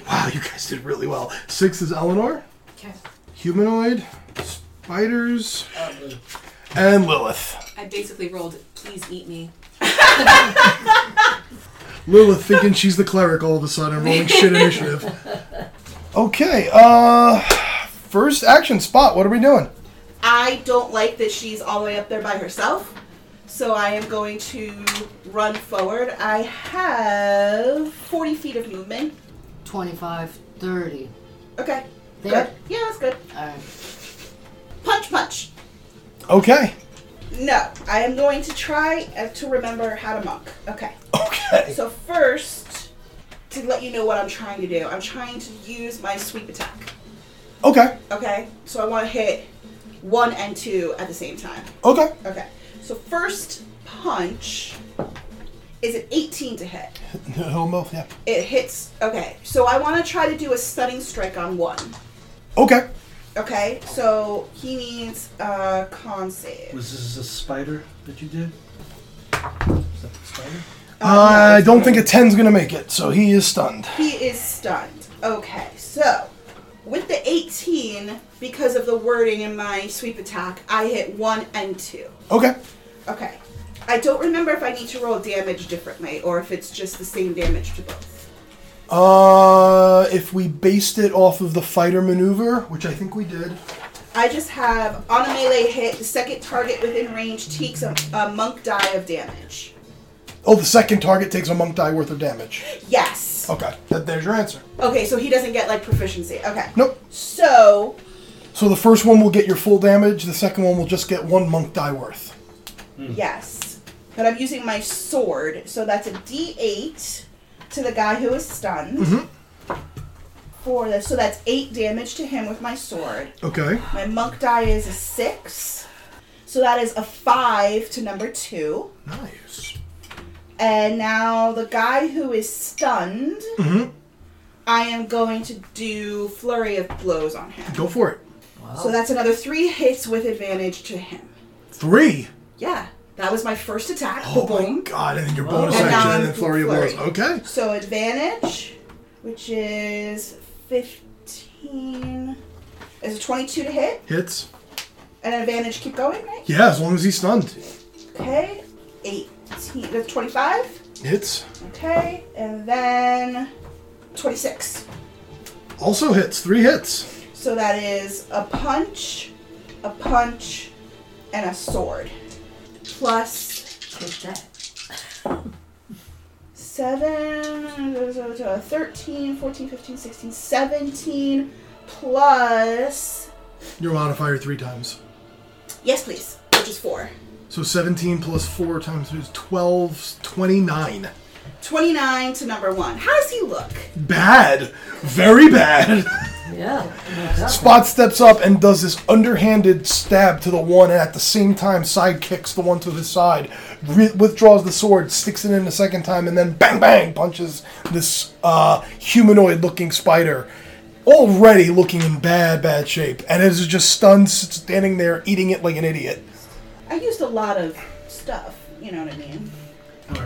S1: Wow, you guys did really well. Sixth is Eleanor.
S5: Okay.
S1: Humanoid. Spiders. And Lilith.
S5: I basically rolled, please eat me.
S1: Lilith thinking she's the cleric all of a sudden, rolling shit initiative. Okay, uh. First action spot. What are we doing?
S2: I don't like that she's all the way up there by herself. So I am going to run forward. I have 40 feet of movement.
S3: 25, 30.
S2: Okay.
S3: There.
S2: Good. Yeah, that's good.
S3: All right.
S2: Punch, punch.
S1: Okay.
S2: No, I am going to try uh, to remember how to monk. Okay.
S1: Okay.
S2: So first, to let you know what I'm trying to do, I'm trying to use my sweep attack.
S1: Okay.
S2: Okay. So I want to hit one and two at the same time.
S1: Okay.
S2: Okay. So first punch is an 18 to hit.
S1: Hell, no, yeah.
S2: It hits. Okay. So I want to try to do a stunning strike on one.
S1: Okay.
S2: Okay. So he needs a con save.
S4: Was this a spider that you did? Is that the spider?
S1: I don't think a 10's gonna make it, so he is stunned.
S2: He is stunned. Okay, so with the 18, because of the wording in my sweep attack, I hit 1 and 2.
S1: Okay.
S2: Okay. I don't remember if I need to roll damage differently or if it's just the same damage to both.
S1: Uh, if we based it off of the fighter maneuver, which I think we did.
S2: I just have on a melee hit, the second target within range takes a, a monk die of damage.
S1: Oh, the second target takes a monk die worth of damage.
S2: Yes.
S1: Okay, that, there's your answer.
S2: Okay, so he doesn't get like proficiency. Okay.
S1: Nope.
S2: So,
S1: So the first one will get your full damage, the second one will just get one monk die worth.
S2: Yes. But I'm using my sword, so that's a d8 to the guy who is stunned.
S1: Mm-hmm.
S2: For this, so that's eight damage to him with my sword.
S1: Okay.
S2: My monk die is a six, so that is a five to number two.
S1: Nice.
S2: And now the guy who is stunned,
S1: Mm-hmm.
S2: I am going to do flurry of blows on him.
S1: Go for it.
S2: So that's another three hits with advantage to him.
S1: Three.
S2: Yeah, that was my first attack.
S1: Oh
S2: Boom.
S1: my god, and then your bonus
S2: And now
S1: action,
S2: I'm
S1: and then flurry of blows.
S2: flurry.
S1: Okay.
S2: So advantage, which is 15. Is it 22 to hit?
S1: Hits.
S2: And advantage keep going, right?
S1: Yeah, as long as he's stunned.
S2: Okay. 18. That's 25.
S1: Hits.
S2: Okay. And then 26.
S1: Also hits. Three hits.
S2: So that is a punch, a punch, and a sword. Plus
S3: Take that.
S2: 7, so- so 13, 14, 15, 16, 17, plus.
S1: Your modifier three times.
S2: Yes, please. Which is 4.
S1: So 17 plus 4 times 2 is 12, 29.
S2: 29 to number one. How does he look?
S1: Bad. Very bad.
S8: Yeah.
S1: Spot steps up and does this underhanded stab to the one, and at the same time, side kicks the one to his side, re- withdraws the sword, sticks it in a second time, and then bang bang punches this uh, humanoid looking spider, already looking in bad, bad shape. And it is just stunned, s- standing there, eating it like an idiot.
S2: I used a lot of stuff. You know what I mean?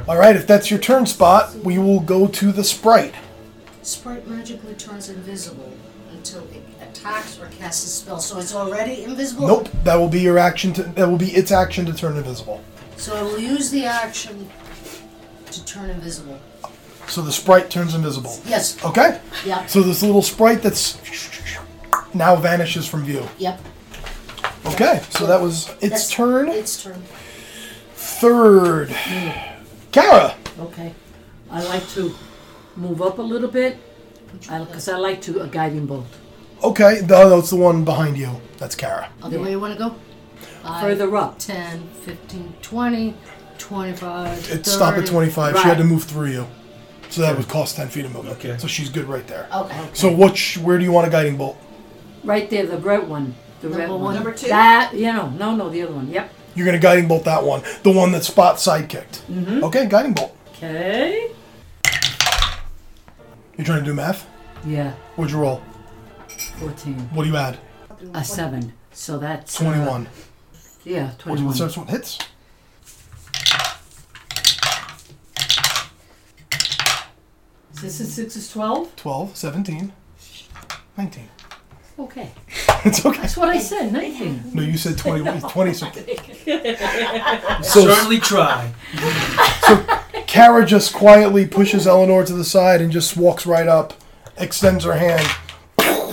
S1: All right, if that's your turn spot, we will go to the sprite.
S3: Sprite magically turns invisible until it attacks or casts a spell. So it's already invisible?
S1: Nope, that will be your action. To, that will be its action to turn invisible.
S3: So I will use the action to turn invisible.
S1: So the sprite turns invisible.
S3: Yes.
S1: Okay.
S3: Yep.
S1: So this little sprite that's now vanishes from view.
S3: Yep.
S1: Okay. So that was its
S3: That's-
S1: turn.
S3: Its turn.
S1: Third, Kara.
S8: Okay. I like to move up a little bit because I, like to a guiding bolt.
S1: Okay, no, no, it's the one behind you. That's Kara.
S3: Okay, where you want to go? Five,
S8: Further up.
S3: 10, 15, 20, 25.
S1: It stopped at
S3: 30.
S1: 25. She had to
S8: Right.
S1: move through you, so that would cost 10 feet of movement.
S4: Okay.
S1: So she's good right there.
S3: Okay.
S1: So which, where do you want a guiding bolt?
S8: Right there, the red one. The red
S3: Number
S8: one.
S3: one.
S2: Number two.
S8: That, you know, no, no, the other one. Yep.
S1: You're gonna guiding bolt that one, the one that Spot sidekicked.
S3: Mm-hmm.
S1: Okay, guiding bolt.
S8: Okay.
S1: You trying to do math?
S8: Yeah,
S1: What'd you roll?
S8: 14.
S1: What do you add?
S8: A 7. So that's. uh,
S1: 21.
S8: yeah, 21.
S1: 21 starts with hits.
S8: Six and 6 is 12?
S1: 12, 17, 19.
S8: Okay.
S1: It's okay.
S8: That's what I said, 19.
S1: No, you said 20, 20 something. so
S4: Certainly try.
S1: Kara just quietly pushes Eleanor to the side and just walks right up, extends her hand.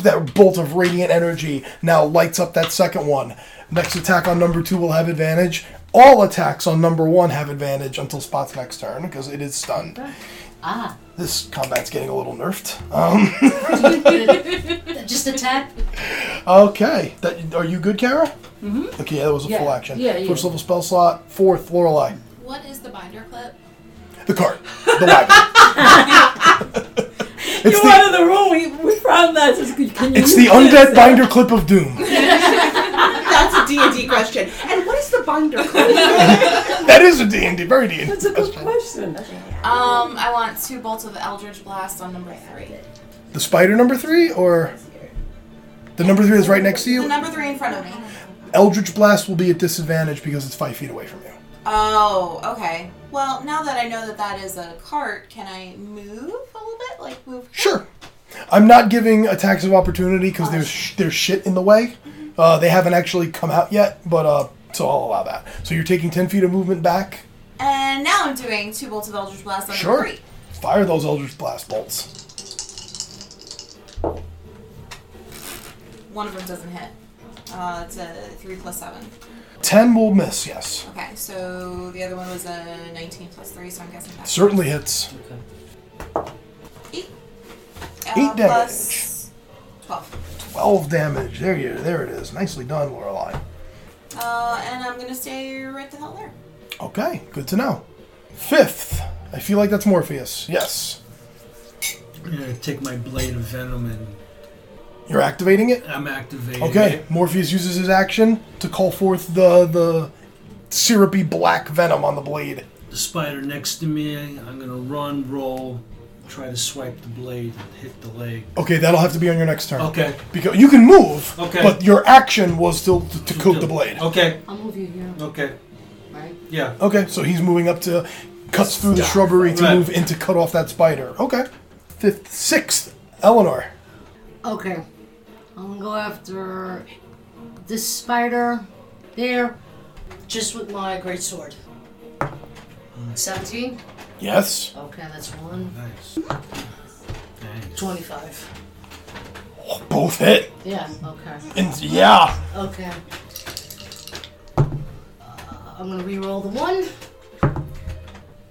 S1: That bolt of radiant energy now lights up that second one. Next attack on number two will have advantage. All attacks on number one have advantage until Spot's next turn because it is stunned.
S3: Ah.
S1: This combat's getting a little nerfed.
S3: Just attack?
S1: Okay, that, are you good, Kara? Mm-hmm. Okay, yeah, that was a full
S8: Yeah,
S1: action.
S8: yeah, yeah.
S1: First level spell slot. Fourth, Lorelei.
S7: What is the binder clip?
S1: The cart. The wagon. it's
S8: You're out of the room. We, we found that. It's, can you
S1: It's the
S8: use
S1: undead
S8: this?
S1: binder clip of doom.
S2: That's a D and D question. And what is the binder called?
S1: That is a D and D, very D and
S8: That's a good question.
S7: Um, I want two bolts of Eldritch Blast on number three.
S1: The spider number three, or the number three is right next to
S7: The
S1: you.
S7: number three in front of me.
S1: Eldritch blast will be at disadvantage because it's five feet away from you.
S7: Oh, okay. Well, now that I know that that is a cart, can I move a little bit? Like move?
S1: Sure. I'm not giving attacks of opportunity because there's sh- there's shit in the way. Uh, they haven't actually come out yet, but uh, so I'll allow that. So you're taking ten feet of movement back.
S7: And now I'm doing two bolts of Eldritch Blast on
S1: Sure.
S7: number three.
S1: Fire those Eldritch Blast bolts.
S7: One of them doesn't hit. Uh, it's a three plus seven.
S1: Ten will miss, yes.
S7: Okay, so the other one was a 19 plus three, so I'm guessing that's
S1: Certainly hits.
S7: eight.
S1: Eight
S7: uh, plus Twelve.
S1: Twelve damage. There you. There it is. Nicely done, Lorelai.
S7: Uh, and I'm gonna stay right the hell there.
S1: Okay, good to know. Fifth. I feel like that's Morpheus. Yes.
S4: I'm gonna take my blade of venom and
S1: You're activating it?
S4: I'm activating.
S1: Okay.
S4: it.
S1: Morpheus uses his action to call forth the the syrupy black venom on the blade.
S4: The spider next to me. I'm gonna run, roll, try to swipe the blade and hit the leg.
S1: Okay, that'll have to be on your next turn.
S4: Okay.
S1: Because you can move,
S4: Okay.
S1: but your action was still to, to coat the blade.
S4: Okay.
S3: I'll move you here,
S4: Okay.
S3: right?
S4: Yeah.
S1: Okay, so he's moving up to cuts through the shrubbery to
S4: Right.
S1: move in to cut off that spider. Okay. Fifth, sixth, Eleanor.
S3: Okay. I'm gonna go after this spider there, just with my great sword. 17?
S1: Yes.
S3: Okay, that's one.
S4: Nice. Nice.
S3: 25.
S1: Both hit.
S3: Yeah, okay.
S1: And yeah.
S3: Okay. Uh, I'm gonna re-roll the one.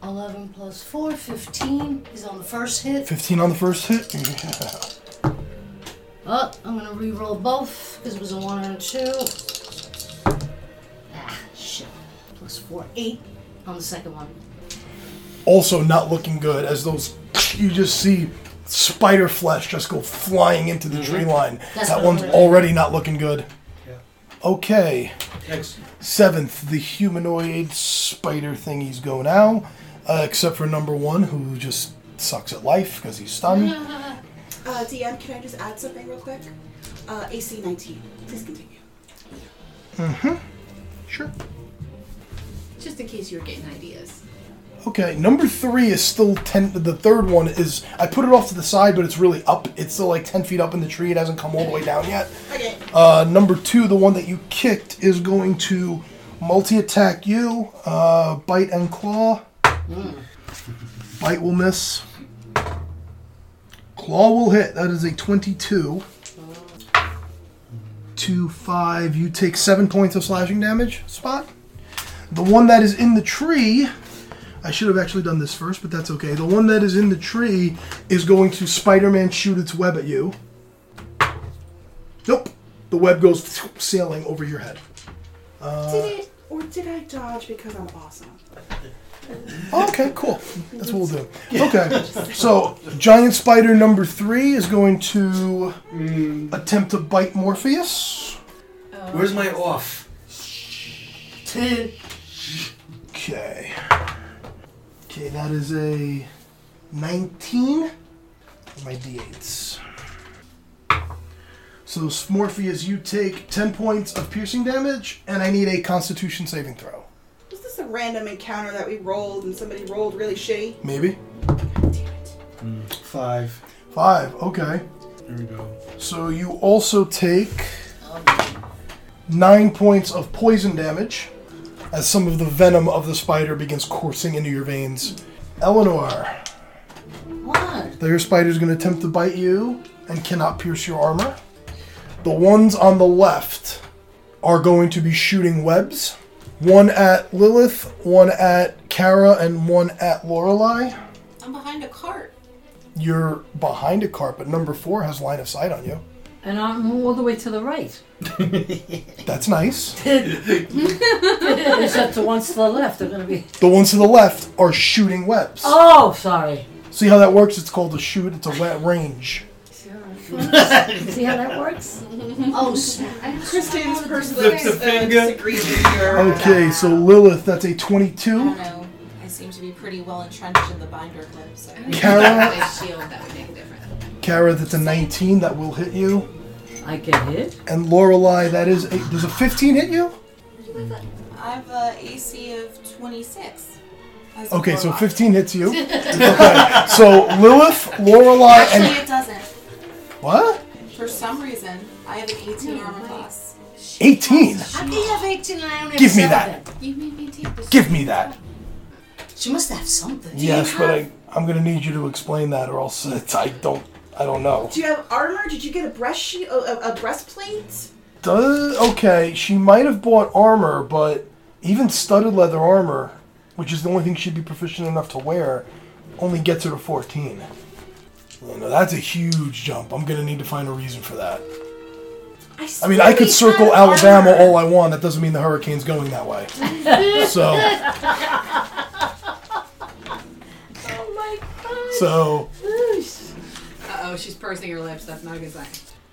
S3: 11 plus 4, 15. He's on the first hit.
S1: Fifteen on the first hit.
S3: Oh, I'm gonna re-roll both because it was a 1 and a 2. Ah, shit. Plus 4, 8 on the second one.
S1: also not looking good as those you just see spider flesh just go flying into the tree line.
S3: That's
S1: that
S3: what
S1: one's
S3: I'm doing.
S1: already not looking good.
S4: Mm-hmm. Yeah.
S1: Okay.
S4: Next.
S1: Seventh, the humanoid spider thingies go now, uh, except for number one who just sucks at life because he's stunned.
S2: Uh, DM, can I just add something real quick? Uh, AC 19. Please continue.
S1: Sure.
S5: Just in case you were getting ideas.
S1: Okay, number three is still ten. The third one is I put it off to the side, but it's really up. It's still like ten feet up in the tree. It hasn't come all the way down yet.
S2: Okay.
S1: Uh, number two, the one that you kicked, is going to multi attack you. Uh, bite and claw. Bite will miss. Claw will hit. That is a 22. 2 5. You take 7 points of slashing damage. Spot. The one that is in the tree. I should have actually done this first, but that's okay. The one that is in the tree is going to Spider Man shoot its web at you. Nope. The web goes sailing over your head. Uh,
S2: did it or did I dodge because I'm awesome?
S1: Okay, cool. That's what we'll do. Okay, so giant spider number three is going to attempt to bite Morpheus.
S4: Where's my off?
S1: Okay. Okay, that is a 19. My d8s. So, Morpheus, you take 10 points of piercing damage, and I need a constitution saving throw.
S2: Was this a random encounter that we rolled and somebody rolled really shitty?
S1: Maybe?
S2: Damn it.
S4: Five.
S1: Five, okay.
S4: There we go.
S1: So you also take nine points of poison damage as some of the venom of the spider begins coursing into your veins. Eleanor,
S3: What?
S1: the spider is going to attempt to bite you and cannot pierce your armor. The ones on the left are going to be shooting webs. One at Lilith, one at Kara, and one at Lorelei.
S7: I'm behind a cart.
S1: You're behind a cart, but number four has line of sight on you.
S8: And I'm all the way to the right.
S1: That's nice.
S8: Except the ones to the left are going to be.
S1: The ones to the left are shooting webs.
S8: Oh, sorry.
S1: See how that works? It's called a shoot. It's a wet range.
S8: See how that works?
S3: Oh, snap.
S2: Kristen's personal
S4: Lift the finger.
S2: uh,
S1: Okay, so Lilith, that's a
S7: I don't
S1: 22.
S7: know. I seem to be pretty well entrenched in the binder clip, so.
S1: Kara,
S5: With shield, that would make a difference.
S1: Kara, that's a 19. That will hit you.
S8: I get hit.
S1: And Lorelei, that is a, does a 15 hit you?
S7: I have uh, a AC of 26. as a
S1: Okay, so
S7: warlock.
S1: 15 hits you. Okay, so Lilith, Lorelei, and
S7: Actually, it doesn't.
S1: what?
S7: For some reason, I have an 18 armor class.
S1: 18.
S3: How do you have 18 and I only have
S1: Give me
S3: seven?
S1: that.
S5: You made me take this.
S1: Give me that.
S3: She must have something.
S1: Yes, but I, I'm gonna need you to explain that, or else it's, I don't I don't know.
S2: Do you have armor? Did you get a breast sheet, a, a, a breastplate?
S1: Does okay? She might have bought armor, but even studded leather armor, which is the only thing she'd be proficient enough to wear, only gets her to fourteen. You know, that's a huge jump. I'm gonna need to find a reason for that. I mean, I could circle Alabama all I want. That doesn't mean the hurricane's going that way. so. Oh So
S5: Uh oh, she's pursing her lips. That's not a good sign.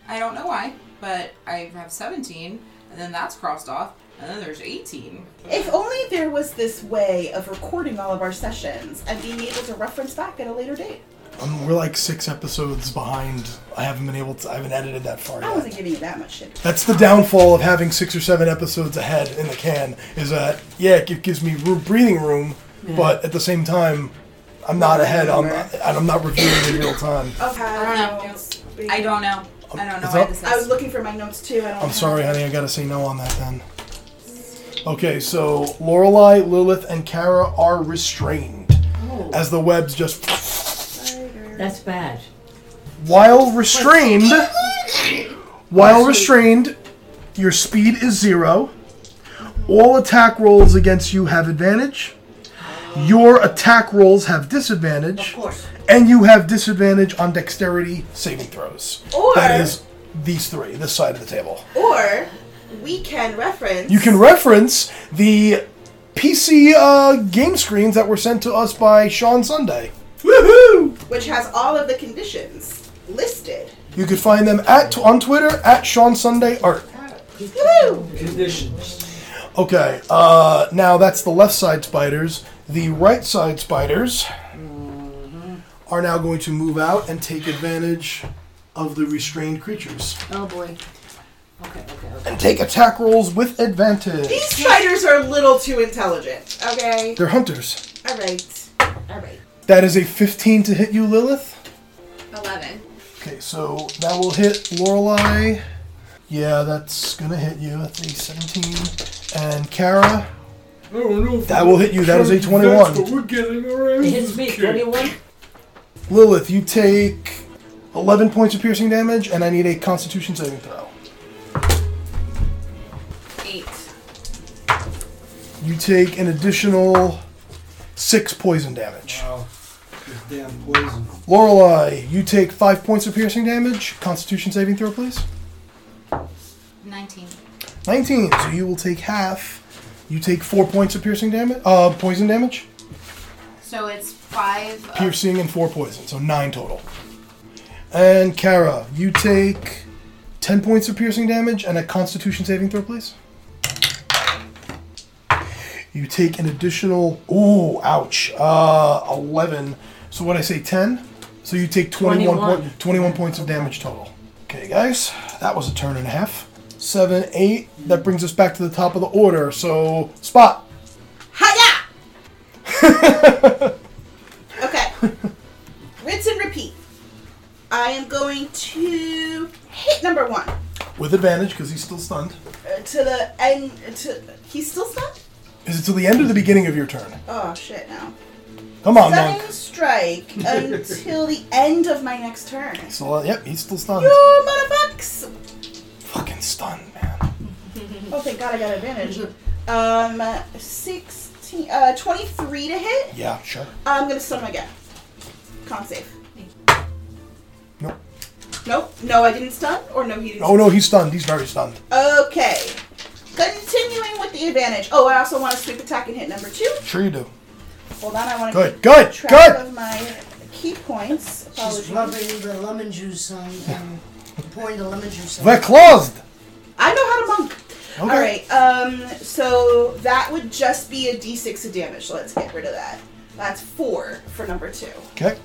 S7: I don't know why, but I have 17, and then that's crossed off, and then there's 18.
S2: If only there was this way of recording all of our sessions and being able to reference back at a later date.
S1: um, we're like six episodes behind. I haven't been able to. I haven't edited that far
S2: I
S1: yet.
S2: wasn't giving you that much shit.
S1: That's the downfall of having six or seven episodes ahead in the can. Is that yeah, it gi- gives me room, breathing room, but at the same time, I'm not ahead. I'm not, and I'm not reviewing it in real time.
S2: Okay.
S7: I don't know. I don't know. I don't know
S1: It's
S7: why
S1: up.
S7: this
S2: I was
S7: is.
S2: looking for my notes too. I don't
S1: I'm sorry, honey. I gotta say no on that then. Okay, so Lorelai, Lilith, and Kara are restrained as the webs just
S8: That's bad.
S1: While restrained, while restrained, your speed is zero. All attack rolls against you have advantage. Your attack rolls have disadvantage,
S3: course.
S1: and you have disadvantage on dexterity saving throws.
S2: Or-
S1: that is these three, this side of the table.
S2: Or we can reference.
S1: You can reference the PC uh, game screens that were sent to us by Sean Sunday. Woohoo!
S2: which has all of the conditions listed.
S1: You could find them at on Twitter at Sean Sunday Art.
S2: Woo!
S4: Conditions.
S1: Okay, uh, now that's the left side spiders. The right side spiders
S3: Mm-hmm.
S1: are now going to move out and take advantage of the restrained creatures.
S3: Oh, boy. Okay, okay, okay.
S1: And take attack rolls with advantage.
S2: These spiders are a little too intelligent. Okay.
S1: They're hunters.
S5: All right. All right.
S1: That is a 15 to hit you, Lilith.
S5: Eleven.
S1: Okay, so that will hit Lorelei. Yeah, that's gonna hit you. That's a 17. And Kara.
S4: I don't know if
S1: That will hit you. That is a 21.
S4: But we're getting around.
S8: It hits me,
S4: Okay.
S8: 21.
S1: Lilith, you take 11 points of piercing damage, and I need a Constitution saving throw.
S5: Eight.
S1: You take an additional six poison damage.
S4: Wow. This damn poison.
S1: Lorelei, you take five points of piercing damage. Constitution saving throw, please.
S7: 19.
S1: 19. So you will take half. You take four points of piercing damage. Uh, poison damage.
S7: So it's 5 of
S1: Piercing and four poison, so nine total. And Kara, you take ten points of piercing damage and a Constitution saving throw, please. You take an additional. Ooh, ouch. Uh, eleven. So what I say, ten. So you take twenty-one
S8: 21.
S1: point- 21 points of damage total. Okay, guys, that was a turn and a half. Seven, eight. That brings us back to the top of the order. So spot.
S2: Hiya! okay. Rinse and repeat. I am going to hit number one
S1: With advantage because he's still stunned.
S2: uh, to the end. To he's still stuck.
S1: Is it till the end or the beginning of your turn?
S2: Oh shit! Now
S1: Come on, monk.
S2: stunning strike until the end of my next turn.
S1: So uh, yep, he's still stunned.
S2: You motherfucks!
S1: Fucking stunned, man.
S2: Oh thank God I got advantage. Um, sixteen, uh, twenty-three to hit.
S1: Yeah, sure.
S2: I'm gonna stun him again. Con save.
S1: Nope.
S2: Nope. No, I didn't stun. Or no, he didn't.
S1: Oh no, he's stunned. He's very stunned.
S2: Okay. Continuing with the advantage. Oh, I also want to sweep attack and hit number two.
S1: Sure you do.
S2: Hold on, I want to
S1: Good,
S2: keep
S1: good,
S2: track
S1: good.
S2: of my key points.
S3: She's
S2: Apologies.
S3: rubbing the lemon juice on, um, pouring the lemon juice on.
S1: We're closed.
S2: I know how to monk.
S1: Okay.
S2: All right. Um. So that would just be a d6 of damage. So let's get rid of that. That's four for number two.
S1: Okay.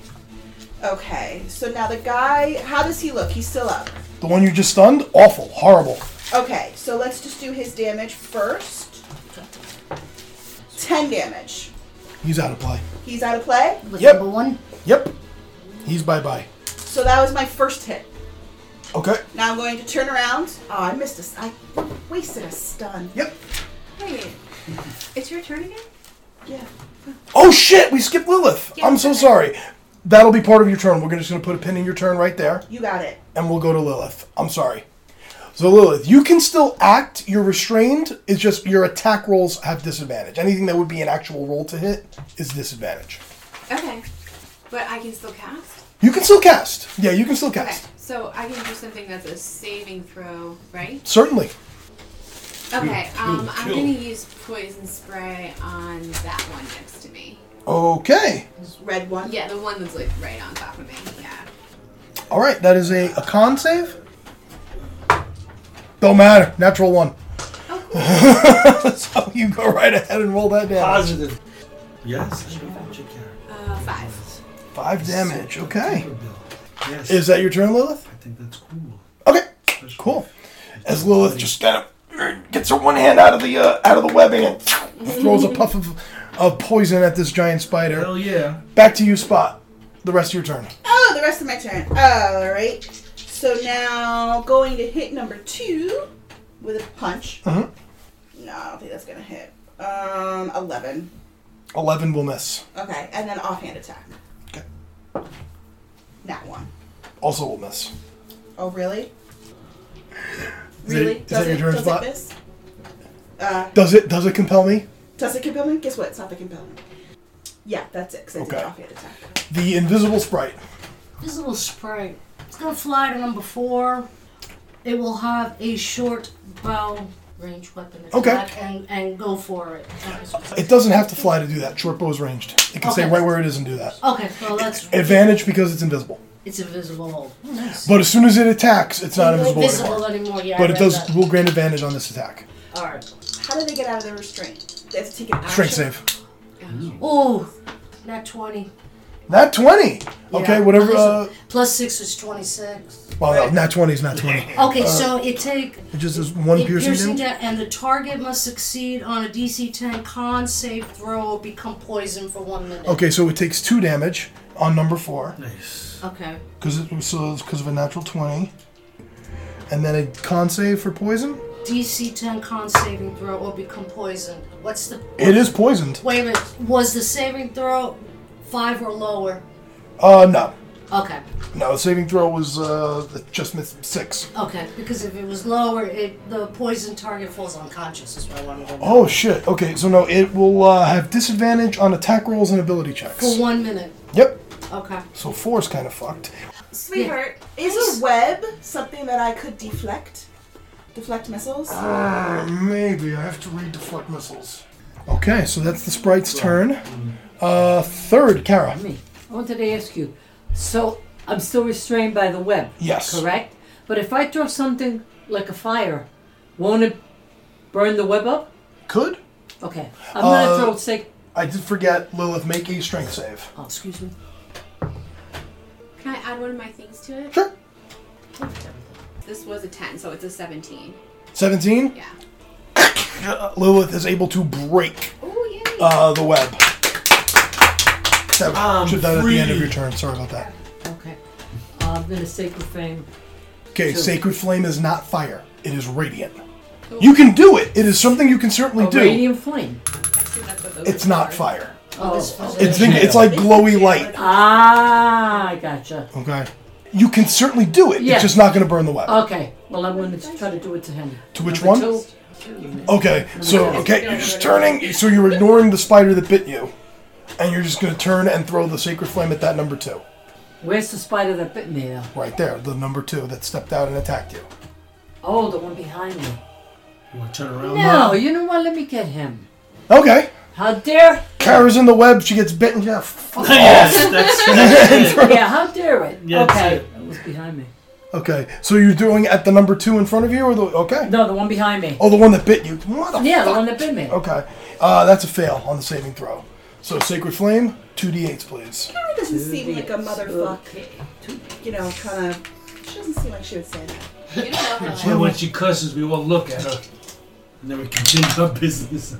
S2: Okay. So now the guy. How does he look? He's still up.
S1: The one you just stunned, awful, horrible.
S2: Okay. So let's just do his damage first. Ten damage.
S1: He's out of play.
S2: He's out of play.
S3: With
S1: Yep.
S3: number one.
S1: Yep. He's bye bye.
S2: So that was my first hit.
S1: Okay.
S2: Now I'm going to turn around. Oh, I missed a. s- I wasted a stun.
S1: Yep.
S5: Wait. It's your turn again.
S2: Yeah.
S1: Oh shit, we skipped Lilith.
S5: Yeah.
S1: I'm so sorry. That'll be part of your turn. We're just gonna put a pin in your turn right there,
S2: You got it.
S1: and we'll go to Lilith. I'm sorry. So Lilith, you can still act. You're restrained. It's just your attack rolls have disadvantage. Anything that would be an actual roll to hit is disadvantage.
S5: Okay. But I can still cast.
S1: You can still cast. Yeah, you can still
S5: Okay.
S1: cast.
S5: So I can do something that's a saving throw, right?
S1: Certainly.
S5: Okay. Um, I'm
S4: kill.
S5: gonna use poison spray on that one next to me.
S1: Okay.
S2: Red one.
S5: Yeah, the one that's like right on top of me. Yeah.
S1: All right. That is a, a con save. Don't matter. Natural one.
S5: Oh, cool.
S1: so you go right ahead and roll that damage.
S4: Positive. Yes, I know what you care.
S5: Uh, five.
S1: Five damage. Okay.
S4: Yes.
S1: Is that your turn, Lilith?
S4: I think that's cool.
S1: Okay. Cool. As Lilith just kind of gets her one hand out of the uh, out of the webbing and throws a puff of, of poison at this giant spider.
S4: Hell yeah.
S1: Back to you, Spot. The rest of your turn.
S2: Oh, the rest of my turn. All right. So now going to hit number two with a punch.
S1: Mhm.
S2: No, I don't think that's gonna hit. Um, eleven.
S1: Eleven will miss.
S2: Okay, and then offhand attack.
S1: Okay.
S2: That one.
S1: Also will miss.
S2: Oh, really?
S1: Is that-
S2: really?
S1: is that your
S2: it,
S1: turn
S2: does
S1: spot?
S2: it miss? Uh,
S1: Does it? Does it compel me?
S2: does it compel me? Guess what? It's not the compel me. Yeah, that's it. 'cause I did
S1: Okay.
S2: offhand attack.
S1: The invisible sprite.
S3: This little spray. It's gonna fly to number four. It will have a short bow range weapon
S1: Okay.
S3: attack and, and go for it.
S1: It doesn't have to fly to do that. Short bow is ranged. It can stay
S3: Okay.
S1: right where it is and do that.
S2: Oh,
S3: Okay, well that's
S1: Advantage because it's invisible.
S3: it's invisible. Oh, nice.
S1: But as soon as it attacks, it's not invisible
S3: Invisible
S1: anymore.
S3: anymore, yeah. I
S1: But it
S3: read
S1: does
S3: that.
S1: will grant advantage on this attack.
S3: Alright.
S2: How do they get out of the restraint? They have to take an action.
S1: Strength save.
S5: Gotcha.
S3: Ooh, not 20.
S1: Not 20. Okay,
S3: Yeah.
S1: whatever. Uh,
S3: Plus- plus six was twenty-six.
S1: well, no, not 20 is not 20.
S3: Okay, so it take
S1: It just is one
S3: it
S1: piercing damage?
S3: da- and the target must succeed on a DC ten con save throw or become poisoned for one minute.
S1: Okay, so it takes two damage on number four
S4: Nice.
S1: Oh.
S3: Okay.
S1: because it was because of a natural twenty, and then a con save for poison.
S3: DC ten con saving throw or become poisoned. What's the
S1: It is poisoned.
S3: wait a minute? Was the saving throw five or lower?
S1: Uh, no,
S3: Okay.
S1: no. The saving throw was uh just missed six.
S3: Okay. Because if it was lower, it the poison target falls unconscious. Is what I wanted to know.
S1: Oh shit. Okay, so no, it will uh, have disadvantage on attack rolls and ability
S3: For
S1: checks.
S3: one minute.
S1: Yep.
S3: Okay.
S1: So four is kind of fucked.
S2: Sweetheart, is a web something that I could deflect? Deflect missiles?
S1: Uh, maybe I have to read deflect missiles. Okay, so that's the sprite's turn. Uh, third, Kara.
S8: Me. I wanted to ask you. So I'm still restrained by the web.
S1: Yes.
S8: Correct. But if I throw something like a fire, won't it burn the web up?
S1: Could
S8: Okay. I'm gonna
S1: Uh,
S8: throw say.
S1: I did forget Lilith make a strength save?
S8: Oh, excuse me.
S5: Can I add one of my things to it?
S1: Sure.
S5: This was a 10, so it's a 17.
S1: 17.
S5: Yeah.
S1: Lilith is able to break
S5: Oh, yay.
S1: uh, the web. That
S8: Um,
S4: I'm
S1: should have done at the end of
S4: free.
S1: your turn. Sorry about that.
S8: Okay. Uh, I'm gonna sacred flame.
S1: Okay,
S8: Two.
S1: Sacred Flame is not fire. It is radiant. You can do it. It is something you can certainly
S8: A
S1: do.
S8: radiant flame.
S5: I see that's what those
S1: It's
S5: are.
S1: not fire.
S3: Oh, this
S8: Oh,
S1: It's think- it's like glowy light.
S8: Ah, I gotcha.
S1: Okay. You can certainly do it.
S8: Yeah. Uh,
S1: It's just not going to burn the web.
S8: Okay. Well, I'm going to try to do it to him.
S1: to which
S8: Number
S1: one?
S8: two.
S1: Okay, so okay, you're just turning. So you're ignoring the spider that bit you, and you're just going to turn and throw the Sacred Flame at that number two.
S8: Where's the spider that bit me though?
S1: Right there, the number two that stepped out and attacked you.
S8: Oh, the one behind me.
S4: You want to turn around?
S8: No, you know what? Let me get him.
S1: Okay.
S8: How dare?
S1: Kara's in the web. She gets bitten. Yeah. f-
S4: yes, that's
S8: Yeah, how dare it?
S4: Yeah, that's
S8: okay,
S4: it.
S8: that was behind me.
S1: Okay. So you're doing at the number two in front of you, or the okay?
S8: No, the one behind me.
S1: Oh, the one that bit you. What the
S8: yeah, the
S1: fuck?
S8: one that bit me.
S1: Okay. Uh, that's a fail on the saving throw. So sacred flame, two d8s, please.
S2: Kara doesn't seem like a motherfuck. You know, kind of. She doesn't seem like she would say that.
S6: You don't know how I
S4: So when she cusses, we all look at her. And then we continue our business.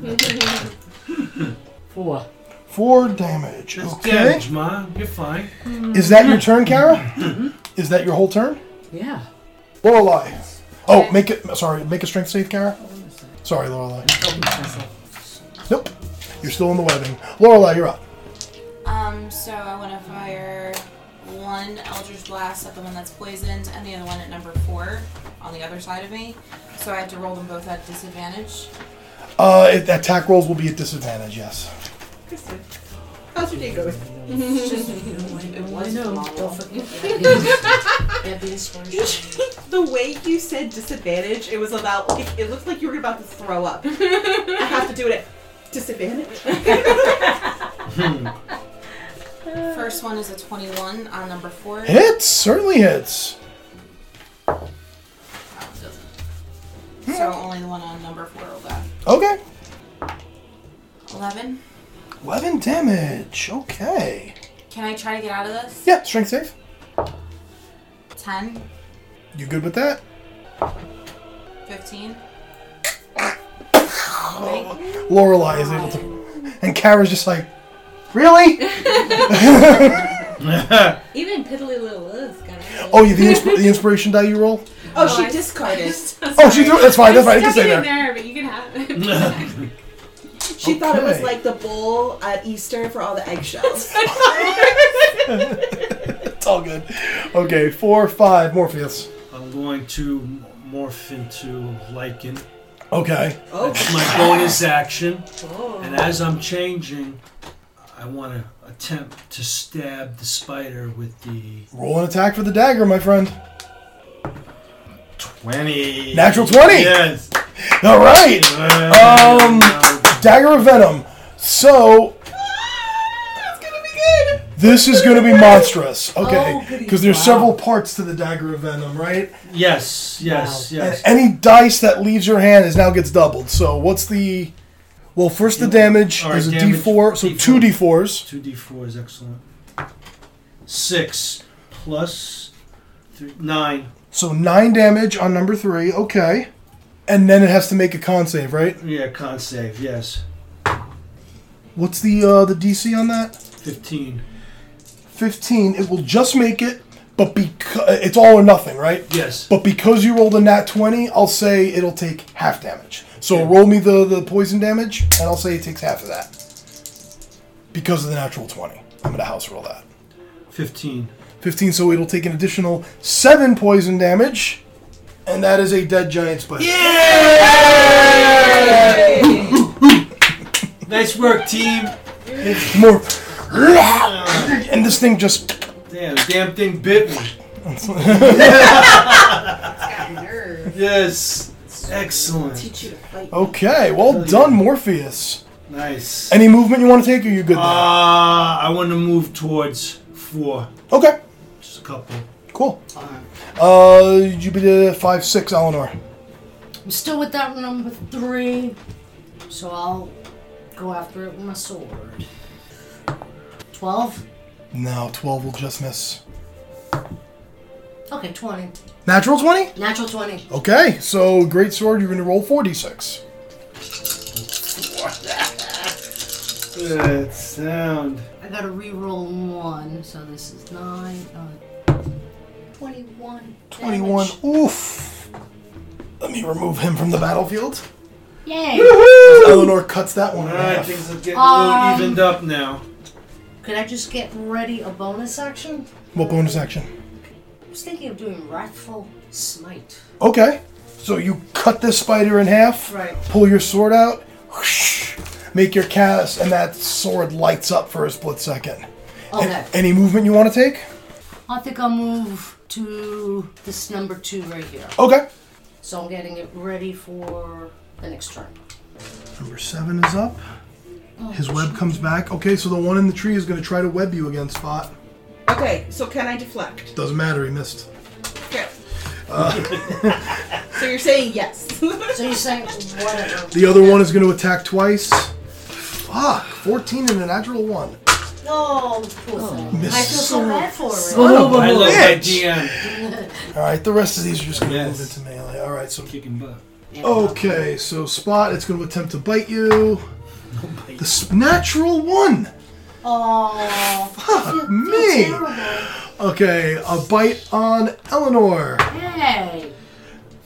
S8: Four.
S1: Four damage.
S4: That's
S1: Okay.
S4: damage, Ma. You're fine.
S1: Is that
S8: Mm-hmm.
S1: your turn, Kara? Is that your whole turn?
S8: Yeah.
S1: Lorelei. Oh, make it. Sorry, make a strength save, Kara. Sorry, Lorelei. Nope. You're still in the webbing. Lorelei, you're up.
S7: Um, so I want to fire one Eldritch Blast at the one that's poisoned and the other one at number four on the other side of me. So I have to roll them both at disadvantage.
S1: Uh, it, attack rolls will be at disadvantage. Yes.
S2: Kristen, how's your day going?
S3: It's just, it was tomorrow.
S8: Don't forget.
S3: Yeah, the inspiration.
S2: the way you said disadvantage, it was about. It, it looked like you were about to throw up. I have to do it at disadvantage.
S7: First one is a 21 on number four.
S1: Hits certainly hits.
S7: So only the one on number four oh will go.
S1: Okay.
S7: 11.
S1: Eleven damage. Okay.
S7: Can I try to get out of this?
S1: Yeah, strength save.
S7: 10,
S1: You good with that?
S7: 15.
S1: Lorelai is able to, and Kara's just like, really?
S5: Even piddly little Lil's got it.
S1: Oh, you the, insp- the inspiration die you roll.
S2: Oh, she discarded.
S1: Oh, she threw. That's fine. That's fine. It can
S5: Stuck
S1: stay
S5: it in
S1: there.
S5: there, but you can have it.
S2: She thought it was
S1: Okay.
S2: like the bowl at Easter for all the eggshells.
S1: It's all good. Okay, four, five, Morpheus.
S4: I'm going to m- morph into Lycan.
S1: Okay.
S4: That's my bonus action.
S1: Oh.
S4: And as I'm changing, I want to attempt to stab the spider with the
S1: Roll an attack for the dagger, my friend.
S4: 20.
S1: Natural 20.
S4: Yes. Uh,
S1: All right. Um, Dagger of Venom. So. This is going to be monstrous,
S4: Oh,
S1: okay? Because there's several parts to the dagger of venom, right?
S4: Yes, yes, yes.
S1: And any dice that leaves your hand is now gets doubled. So what's the? Well, first the damage
S4: All right,
S1: is a
S4: damage,
S1: D4, so
S4: D4.
S1: two D4s.
S4: 2d4 is excellent. six plus three, nine.
S1: So nine damage on number three. Okay. And then it has to make a con save, right?
S4: Yeah, con save. Yes,
S1: What's the uh, the DC on that?
S4: fifteen.
S1: 15. It will just make it, but because it's all or nothing, right?
S4: Yes.
S1: But because you rolled a nat 20, I'll say it'll take half damage. So roll me the, the poison damage, and I'll say it takes half of that. Because of the natural 20. I'm going to house roll that.
S4: Fifteen.
S1: 15, so it'll take an additional 7 poison damage, and that is a dead giant spider.
S4: Nice work, team.
S1: More. And this thing just.
S4: Damn, the damn thing bit me. Yes. Excellent.
S2: Teach you to fight.
S1: Okay, well done, Morpheus.
S4: Nice.
S1: Any movement you want to take, or you good there?
S4: Uh, I want to move towards four.
S1: okay,
S4: Just a couple.
S1: cool. Uh, you be the 5 6, Eleanor.
S3: I'm still with that number three, so I'll go after it with my sword. Twelve?
S1: No, 12 will just miss.
S3: Okay, twenty.
S1: Natural 20?
S3: Natural twenty.
S1: Okay, so great sword, you're going to roll 4d6.
S4: Good sound.
S3: I gotta re-roll one, so this is nine. Uh, Twenty-one.
S1: 21.
S3: damage.
S1: Oof. Let me remove him from the battlefield.
S3: Yay!
S1: Eleanor cuts that one in
S4: Alright,
S1: half.
S4: things are getting a
S3: Um,
S4: little evened up now.
S3: Could I just get ready a bonus action?
S1: What bonus action?
S3: I was thinking of doing wrathful smite.
S1: Okay, so you cut this spider in half,
S3: Right.
S1: pull your sword out, whoosh, make your cast, and that sword lights up for a split second.
S3: Okay.
S1: Any movement you want to take?
S3: I think I'll move to this number two right here.
S1: Okay.
S3: So I'm getting it ready for the next turn.
S1: Number seven is up. His web comes back. Okay, so the one in the tree is going to try to web you again, Spot.
S2: Okay, so can I deflect?
S1: Doesn't matter, he missed.
S2: Okay. so you're saying yes.
S3: So you're saying whatever.
S1: The other one is going to attack twice. Fuck, 14 and a natural one.
S3: No, poor
S1: Oh.
S3: thing. I feel so bad for it.
S4: I love my
S1: bitch.
S4: DM.
S1: All right, the rest of these are just going to
S4: Yes.
S1: move into melee. All right, so
S4: Kicking butt.
S1: Okay, so Spot, it's going to attempt to bite you. The s- natural one!
S3: Oh,
S1: Me!
S3: terrible.
S1: Okay, a bite on Eleanor.
S3: Hey,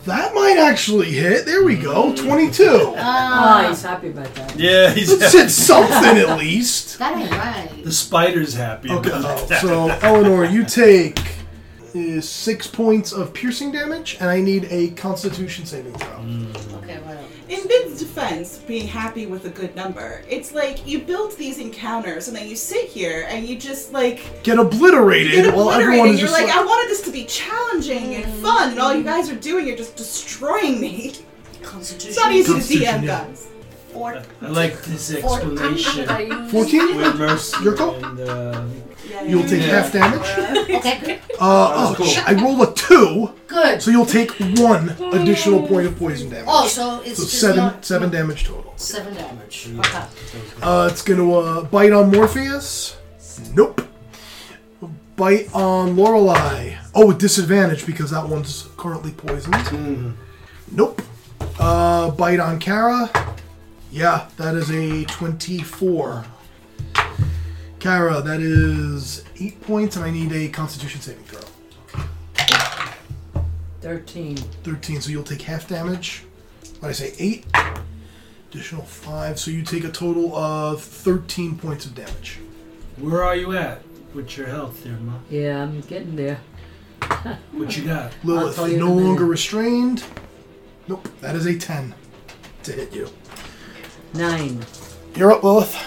S1: That might actually hit. There we
S3: Mm.
S1: go. 22.
S3: Uh,
S8: Ah, he's happy about that.
S4: Yeah, he's
S1: Let's hit something at least.
S3: that ain't right.
S4: The spider's happy.
S1: Okay,
S4: about that.
S1: so Eleanor, you take uh, six points of piercing damage, and I need a constitution saving
S4: Mm.
S1: throw.
S3: Okay, whatever.
S2: In Bid's defense, being happy with a good number, it's like you build these encounters and then you sit here and you just like
S1: Get obliterated
S2: get
S1: while
S2: obliterated.
S1: everyone is
S2: you're
S1: just
S2: like,
S1: like,
S2: I wanted this to be challenging and fun, and all you guys are doing, you're just destroying me.
S3: Constitution.
S2: It's not easy to
S1: Constitution,
S2: DM,
S1: yeah. Uh,
S2: guys.
S4: I like this
S3: Four-
S4: explanation.
S3: I use-
S1: 14?
S4: With mercy.
S1: Your call.
S4: And, uh,
S2: Yeah,
S1: You'll take
S4: Yeah.
S1: half damage.
S3: Okay, good.
S1: Uh, oh,
S4: was cool.
S1: shit, I rolled a two,
S3: good.
S1: so you'll take one additional point of poison damage.
S3: Oh, so it's
S1: So
S3: just
S1: seven,
S3: not,
S1: seven damage total.
S3: seven damage. Okay.
S1: Uh, it's gonna uh, bite on Morpheus. Nope. Bite on Lorelei. Oh, with disadvantage because that one's currently poisoned. Nope. Uh, bite on Kara. Yeah, that is a twenty-four. Kara, that is eight points, and I need a Constitution saving throw.
S8: 13.
S1: Thirteen. So you'll take half damage. What I say, eight. Additional five. So you take a total of thirteen points of damage.
S4: Where are you at with your health there, Ma?
S8: Yeah, I'm getting there.
S4: What you got?
S1: Lilith,
S8: I'll tell you
S1: no
S8: in a minute.
S1: longer restrained. Nope, that is a 10 to hit you.
S8: Nine.
S1: You're up, Lilith.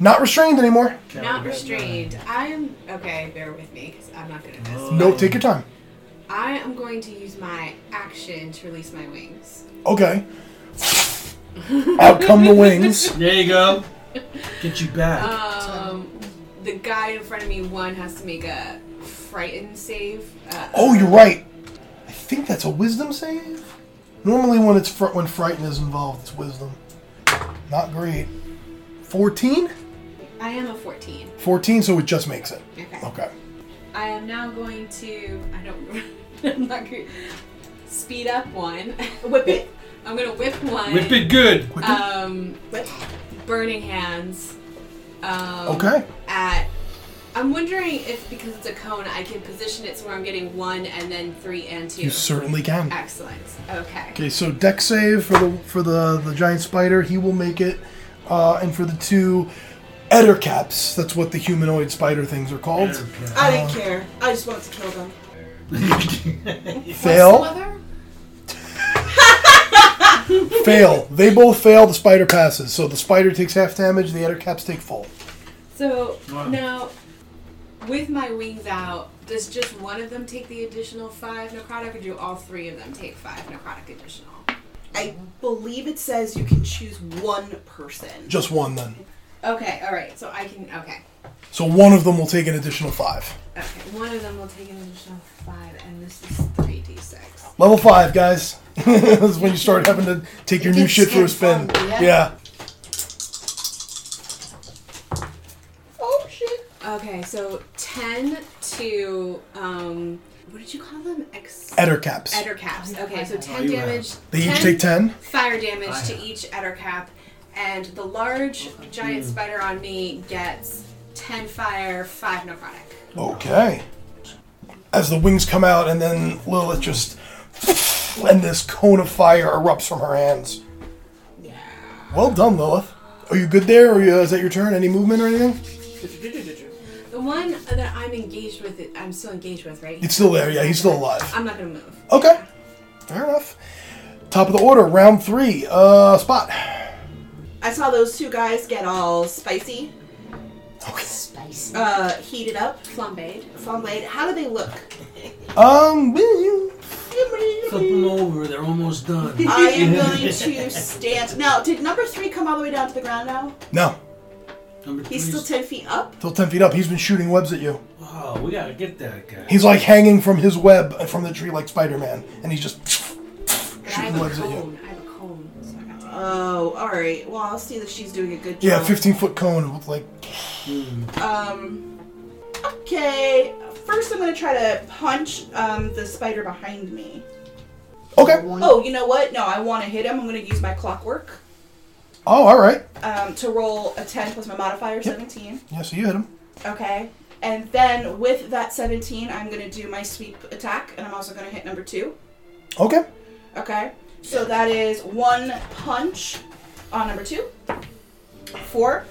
S1: Not restrained anymore.
S5: Not restrained. I'm okay. Bear with me because I'm not good at this.
S1: No, take your time.
S5: I am going to use my action to release my wings.
S1: Okay. Out come the wings.
S4: There you go. Get you back.
S5: Um, the guy in front of me one has to make a frightened save. Uh,
S1: Oh, you're right. I think that's a wisdom save. Normally, when it's fr- when frighten is involved, it's wisdom. Not great. 14?
S5: I am a 14.
S1: 14, so it just makes it.
S5: Okay.
S1: Okay.
S5: I am now going to. I don't. I'm not going speed up one.
S2: Whip it.
S5: I'm gonna whip one.
S4: Whip it good.
S5: Um,
S2: Whip.
S5: burning hands. Um,
S1: Okay.
S5: At. I'm wondering if because it's a cone, I can position it so where I'm getting one and then three and two.
S1: You certainly can.
S5: Excellent. Okay.
S1: Okay, so deck save for the for the the giant spider, he will make it, uh, and for the two eder caps, that's what the humanoid spider things are called.
S2: I didn't care. I just wanted to kill them.
S1: Fail, fail. They both fail. The spider passes, so the spider takes half damage. The eder caps take full.
S5: So
S4: Wow.
S5: now, with my wings out, does just one of them take the additional five necrotic, or do all three of them take five necrotic additional?
S2: I believe it says you can choose one person.
S1: Just one then.
S5: Okay. All right. So I can. Okay.
S1: So one of them will take an additional five.
S5: Okay. One of them will take an additional five, and this is three d six.
S1: Level five, guys. this is when you start having to take your new shit for a spin. yeah.
S2: Oh shit!
S5: Okay. So ten to um. What did you call them? Ex.
S1: Eder caps.
S5: Eder caps. Okay. So ten
S4: you
S5: damage.
S1: They each take ten.
S5: fire damage
S4: I
S5: to
S4: have.
S5: each Eder cap, and the large giant spider on me gets 10 fire, 5 necrotic.
S1: Okay. As the wings come out, and then Lilith just. And this cone of fire erupts from her hands. Well done, Lilith. Are you good there? Or is that your turn? Any movement or anything?
S5: The one that I'm engaged with, I'm still engaged with, right?
S1: It's still there. Yeah, he's still alive.
S5: I'm not gonna move.
S1: Okay. Fair enough. Top of the order, round three. Uh, spot.
S2: I saw those two guys get all spicy,
S3: Spicy.
S2: uh, heated up,
S5: Flambade.
S2: flambeed. How do they look?
S1: Um, I
S4: Flip them over. They're almost done.
S2: I am going to stand. Now, did number three come all the way down to the ground now?
S1: No.
S4: Number
S2: He's
S4: three's-
S2: still 10 feet up?
S1: Still 10 feet up. He's been shooting webs at you.
S4: Oh, we gotta get that guy.
S1: He's like hanging from his web, uh, from the tree, like Spider Man. And he's just
S5: But I
S1: shooting
S5: have a
S1: webs at you.
S5: cone. I have a cone. So I got
S2: Oh, alright. Well, I'll see that she's doing a good job.
S1: Yeah, 15 foot cone with like
S2: Um, okay. First, I'm going to try to punch um, the spider behind me.
S1: Okay.
S2: Oh, you know what? No, I want to hit him. I'm going to use my clockwork
S1: Oh, all right.
S2: um, to roll a 10 plus my modifier, 17.
S1: Yeah, so you hit him.
S2: Okay. And then with that 17, I'm going to do my sweep attack, and I'm also going to hit number two.
S1: Okay.
S2: Okay. So that is one punch on number two. Four.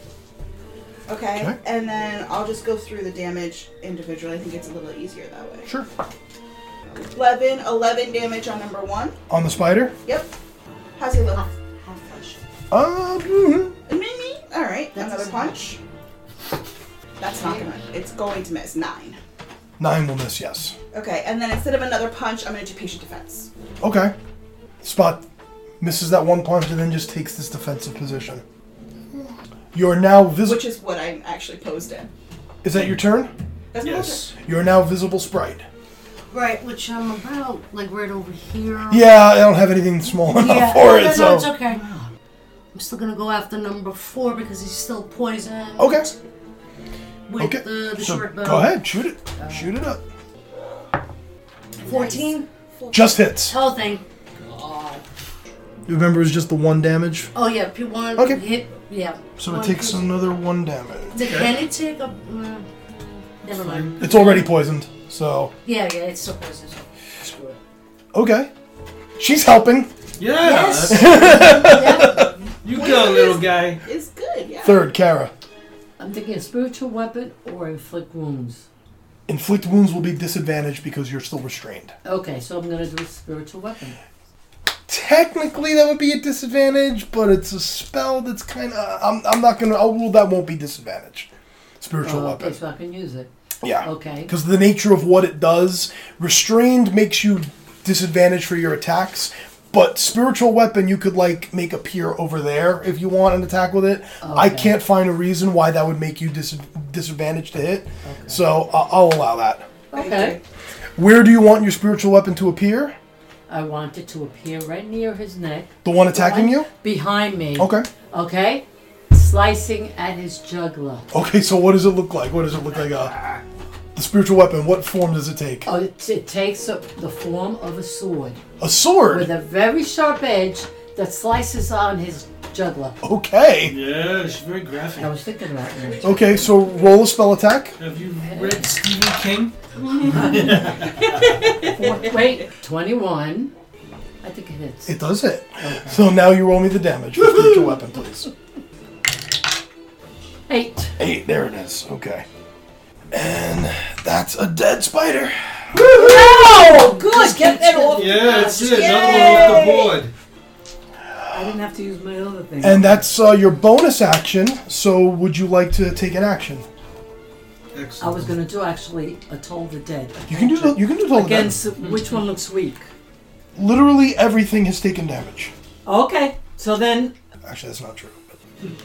S2: Okay.
S1: Okay.
S2: And then I'll just go through the damage individually. I think it's a little easier that way.
S1: Sure.
S2: 11, 11 damage on number one.
S1: On the spider.
S2: Yep. How's he look?
S1: Um. mhm.
S2: Mimi. All right. Another punch. That's not gonna. It's going to miss nine.
S1: Nine will miss. Yes.
S2: Okay. And then instead of another punch, I'm gonna do patient defense.
S1: Okay. Spot misses that one punch and then just takes this defensive position. You are now visible.
S2: Which is what I'm actually posed in.
S1: Is that your turn?
S2: That's my
S4: yes.
S1: You are now visible sprite.
S3: Right, which I'm about like right over here.
S1: Yeah, I don't have anything small enough
S3: Yeah,
S1: for
S3: no,
S1: it.
S3: no,
S1: so.
S3: no, it's okay. I'm still gonna go after number four because he's still poisoned.
S1: Okay.
S3: With
S1: Oh,
S3: uh,
S1: Okay.
S3: the, the
S1: so
S3: short bow. Uh,
S1: go ahead, shoot it, shoot it up.
S3: 14?
S1: Just hits.
S3: Oh, thing.
S1: You remember, it was just the one damage,
S3: Oh, yeah, if you want
S1: Okay.
S3: hit, yeah.
S1: so it
S3: One,
S1: takes
S3: two.
S1: another one damage.
S3: Did- Can it take a. mm, never mind.
S1: It's already poisoned, so
S3: Yeah, yeah, it's still poisoned. so Screw it.
S1: okay. She's helping.
S4: Yeah.
S3: Yes.
S4: that's-
S3: yeah.
S4: You go, little guy.
S2: It's good. Yeah.
S1: Third, Kara.
S8: I'm thinking a spiritual weapon or inflict wounds.
S1: Inflict wounds will be disadvantaged because you're still restrained.
S8: Okay, so I'm gonna do a spiritual weapon.
S1: Technically, that would be a disadvantage, but it's a spell that's kind of. I'm, I'm not gonna. I'll rule that won't be disadvantage. Spiritual
S8: Oh, okay,
S1: weapon.
S8: so I can use it.
S1: Yeah.
S8: Okay.
S1: Because the nature of what it does, restrained makes you disadvantaged for your attacks. But spiritual weapon, you could like make appear over there if you want an attack with it. I
S8: Okay.
S1: can't find a reason why that would make you dis- disadvantaged to hit, so I- I'll allow that.
S8: Okay.
S1: Where do you want your spiritual weapon to appear?
S8: I want it to appear right near his neck.
S1: The one attacking you?
S8: Behind me.
S1: Okay.
S8: Okay? Slicing at his jugular.
S1: Okay. So what does it look like? What does it look like? Uh, The spiritual weapon, what form does it take?
S8: Oh, it, it takes up the form of a sword
S1: A sword.
S8: with a very sharp edge that slices on his juggler.
S1: Okay.
S4: Yeah, it's very graphic.
S8: I was thinking about that.
S1: Okay, so roll a spell attack.
S4: Have you read Stephen King?
S8: Four- Wait, 21. I think it hits.
S1: It does hit. So now you roll me the damage for spiritual weapon, please.
S8: Eight.
S1: Eight, there it is. Okay. And that's a dead spider.
S8: Oh, good. Get that off.
S4: Yeah, it's it. Another one off the board.
S9: I didn't have to use my other thing.
S1: And that's uh, your bonus action. So would you like to take an action?
S4: Excellent.
S8: I was going to do actually a Toll the Dead.
S1: You can do the, you can do total
S8: Against which one looks weak?
S1: damage. Literally everything has taken damage.
S9: Okay, so then
S1: Actually, that's not true.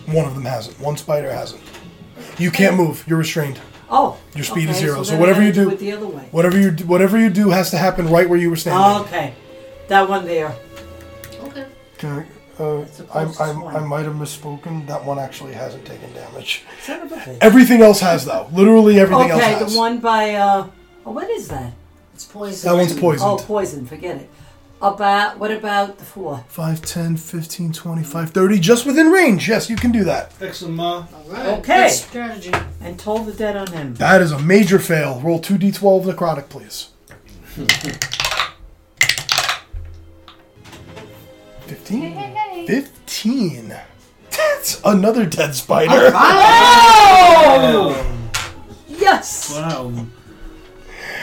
S1: One of them hasn't. One spider hasn't. You can't move. You're restrained.
S9: oh,
S1: Your speed is
S9: okay,
S1: zero. So
S9: then I
S1: whatever
S9: gotta
S1: you do-
S9: it the other way.
S1: Whatever you do, whatever you do has to happen right where you were
S8: Oh,
S1: standing.
S9: Okay, that one there.
S3: Okay.
S1: Can I, uh,
S8: That's the
S1: I,
S8: closest one.
S1: I, I might have misspoken. That one actually hasn't taken damage.
S9: Son of a bitch.
S1: Everything else has though. Literally everything else
S9: Okay,
S1: has.
S9: the one by uh, oh, what is that?
S3: It's poison.
S1: that one's poisoned.
S9: Oh, poison. Forget it. About what about the four?
S1: 5, 10, 15, 25, 30, just within range. Yes, you can do that.
S4: Excellent, Ma.
S9: Okay.
S3: Good strategy.
S9: And told the dead on him.
S1: That is a major fail. Roll 2d12 necrotic, please. 15. 15. That's another dead spider.
S4: Oh,
S9: Yes.
S4: wow.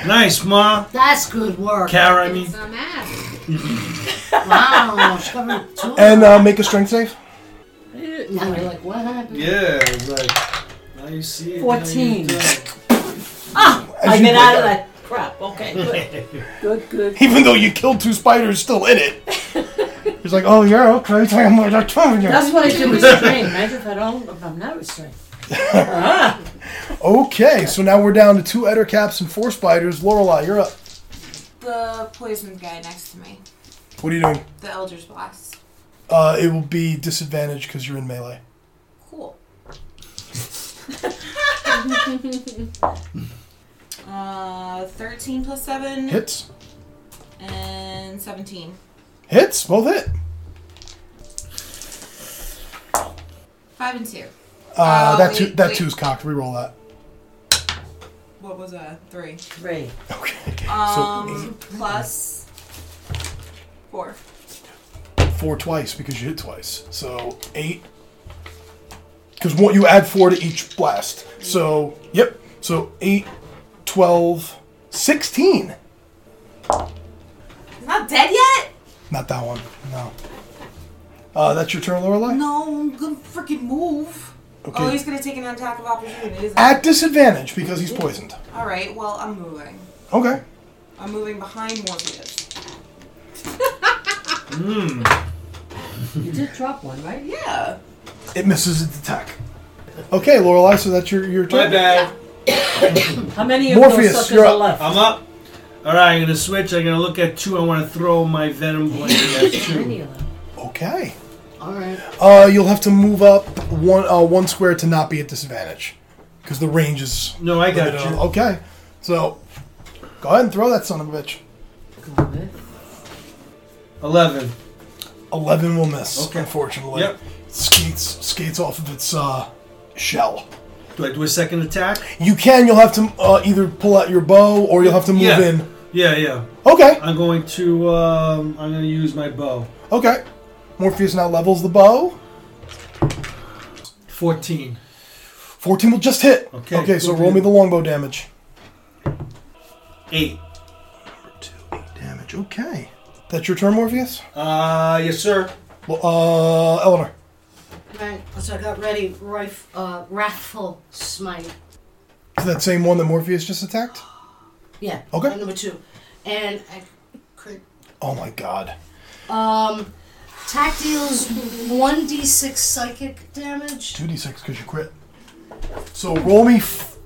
S4: Nice, Ma.
S3: That's good work.
S4: Kara, I mean.
S5: Some ass.
S3: Wow. she's covered two.
S1: And uh, make a strength save.
S3: now you're like, what happened?
S4: Yeah, it's like. Now you see it. now you
S9: 14.
S4: don't.
S1: As
S9: I
S1: you
S9: get
S1: break
S9: out of
S1: out.
S9: that crap. Okay, good. good, good.
S1: Even though you killed two spiders still in it. He's like, oh, yeah, okay. I'm like, I'm telling you."
S8: That's what I do restrain. Imagine if I don't, if I'm not restrained.
S1: Okay, so now we're down to two Eder caps and four spiders. Lorelei, you're up.
S7: The poison guy next to me.
S1: What are you doing?
S7: The Elder's Blast.
S1: Uh, it will be disadvantage because you're in melee.
S7: Cool. uh, 13 plus 7
S1: Hits.
S7: and 17.
S1: Hits. Both hit.
S7: 5 and 2.
S1: Uh,
S7: Oh,
S1: that two,
S7: wait,
S1: that
S7: wait.
S1: two's cocked. Reroll that.
S7: What was a 3?
S9: Three.
S1: Okay.
S7: Um, plus 4.
S1: so eight, four twice because you hit twice. So eight. Because what you add four to each blast. So yep. So eight, 12, 16.
S7: Not dead yet?
S1: Not that one. No. Uh, that's your turn, Lorelai.
S7: No, I'm gonna freaking move.
S1: Okay.
S7: Oh, he's gonna take an attack of opportunity, isn't
S1: At disadvantage because he's poisoned.
S7: he? Alright, well, I'm moving.
S1: Okay.
S7: I'm moving behind Morpheus.
S8: You did drop one, right?
S7: Yeah.
S1: It misses its attack. Okay, Lorelai. So that's your your
S4: My
S1: turn.
S4: bad.
S9: How many of
S1: Morpheus,
S9: those suckers
S1: you're
S9: are
S1: up.
S9: left?
S4: I'm up. All right, I'm gonna switch. I'm gonna look at two. I want to throw my venom blanket at two.
S8: Any of them.
S1: Okay.
S3: All right.
S1: Uh, you'll have to move up one uh, one square to not be at disadvantage, because the range is.
S4: No, I got
S1: limited.
S4: you.
S1: Okay, so go ahead and throw that son of a bitch.
S8: Go with.
S4: Eleven.
S1: Eleven will miss.
S4: Okay.
S1: Unfortunately.
S4: Yep.
S1: Skates skates off of its uh, shell.
S4: Do I do a second attack?
S1: You can. You'll have to uh, either pull out your bow or you'll have to move
S4: Yeah.
S1: in.
S4: Yeah, yeah.
S1: Okay.
S4: I'm going to. Um, I'm gonna use my bow.
S1: Okay. Morpheus now levels the bow.
S4: Fourteen.
S1: Fourteen will just hit.
S4: Okay,
S1: Okay. So
S4: cool.
S1: roll me the longbow damage.
S4: Eight.
S1: Two eight damage. Okay. That's your turn, Morpheus.
S4: Uh, yes, sir.
S1: Well, uh, Eleanor.
S3: Right. So I got ready. Rif- uh, wrathful smite.
S1: Is that same one that Morpheus just attacked?
S3: Yeah.
S1: Okay.
S3: uh, Number two. And I crit.
S1: Oh my god.
S3: Um, attack deals 1d6 psychic damage.
S1: 2d6 because you crit. So roll me f-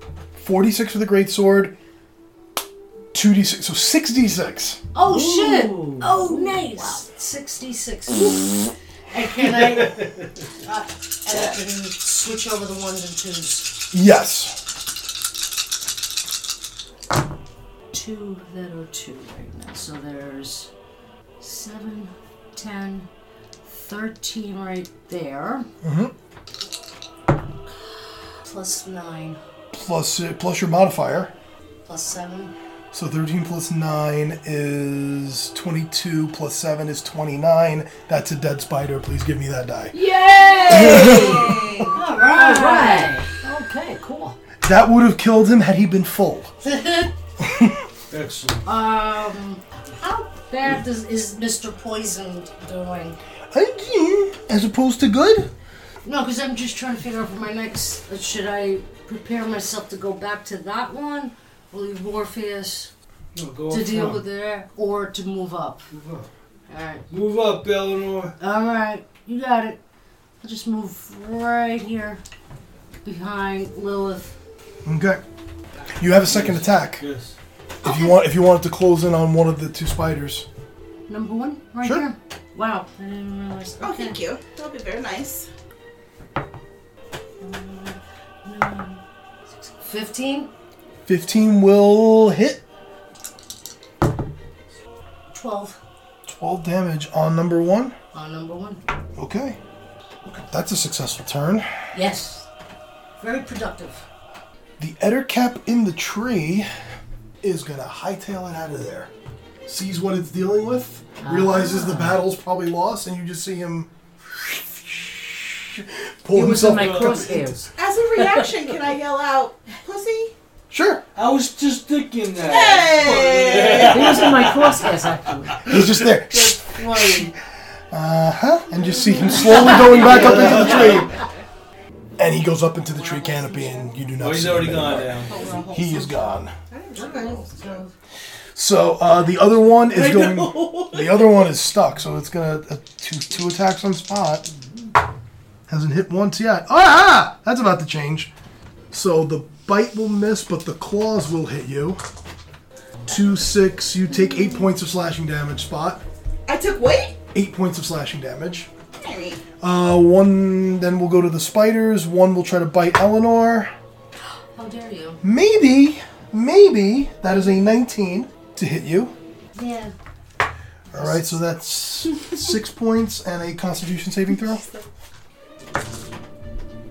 S1: 46 for the great sword. 2d6. So 6d6.
S3: Oh shit! Oh nice! 66. and can I, uh, and I can switch over the ones and twos.
S1: Yes.
S3: two that are two right now. So there's seven, ten, thirteen right there.
S1: Mhm.
S3: Plus nine,
S1: Plus, uh, plus your modifier.
S3: plus seven.
S1: So 13 plus 9 is 22, plus 7 is 29. That's a dead spider. Please give me that die.
S3: Yay! All right.
S9: Okay, cool.
S1: That would have killed him had he been full.
S4: Excellent.
S3: um, how bad does, is Mr. Poison doing?
S1: As opposed to good?
S3: No, because I'm just trying to figure out for my next. uh, Should I prepare myself to go back to that one, or leave Morpheus
S4: No, go
S3: to
S4: up
S3: deal
S4: front.
S3: with there, or to move up?
S4: Move up.
S3: All right.
S4: Move up, Eleanor.
S3: All right, you got it. I'll just move right here behind Lilith.
S1: Okay. You have a second attack
S4: Yes.
S1: if you want if you wanted to close in on one of the two spiders.
S3: Number one, right
S1: Sure.
S3: there. Wow, I didn't realize.
S2: Oh, thank you. That'll be very nice.
S3: Fifteen.
S1: 15 will hit
S3: 12
S1: 12 damage on number 1.
S3: on number one.
S1: Okay. That's a successful turn.
S3: Yes. Very productive.
S1: The ettercap in the tree is gonna hightail it out of there. Sees what it's dealing with,
S8: Ah.
S1: realizes the battle's probably lost, and you just see him pull
S8: It was in
S1: himself
S8: my
S1: back up.
S8: crosshairs.
S2: As a reaction, can I yell out, "Pussy"?
S1: Sure.
S4: I was just thinking that.
S8: It was in my crosshairs, actually.
S1: He's just there.
S3: Right.
S1: Uh huh. And just see him slowly going back up into the tree. And he goes up into the tree canopy, and you do not
S4: Oh, he's
S1: see
S4: already
S1: him
S4: gone
S1: anymore.
S4: now.
S1: He is gone.
S3: Okay.
S1: So uh, the other one is
S4: I
S1: going.
S4: know.
S1: The other one is stuck, so it's gonna uh, two two attacks on spot. Hasn't hit once yet. Ah, that's about to change. So the bite will miss, but the claws will hit you. Two six. You take eight points of slashing damage. Spot
S2: I took weight.
S1: eight points of slashing damage.
S2: Alright.
S1: Uh, one. Then we'll go to the spiders. One will try to bite Eleanor.
S3: How dare you?
S1: Maybe, maybe that is a nineteen to hit you.
S3: Yeah.
S1: All right, so that's six points and a Constitution saving throw.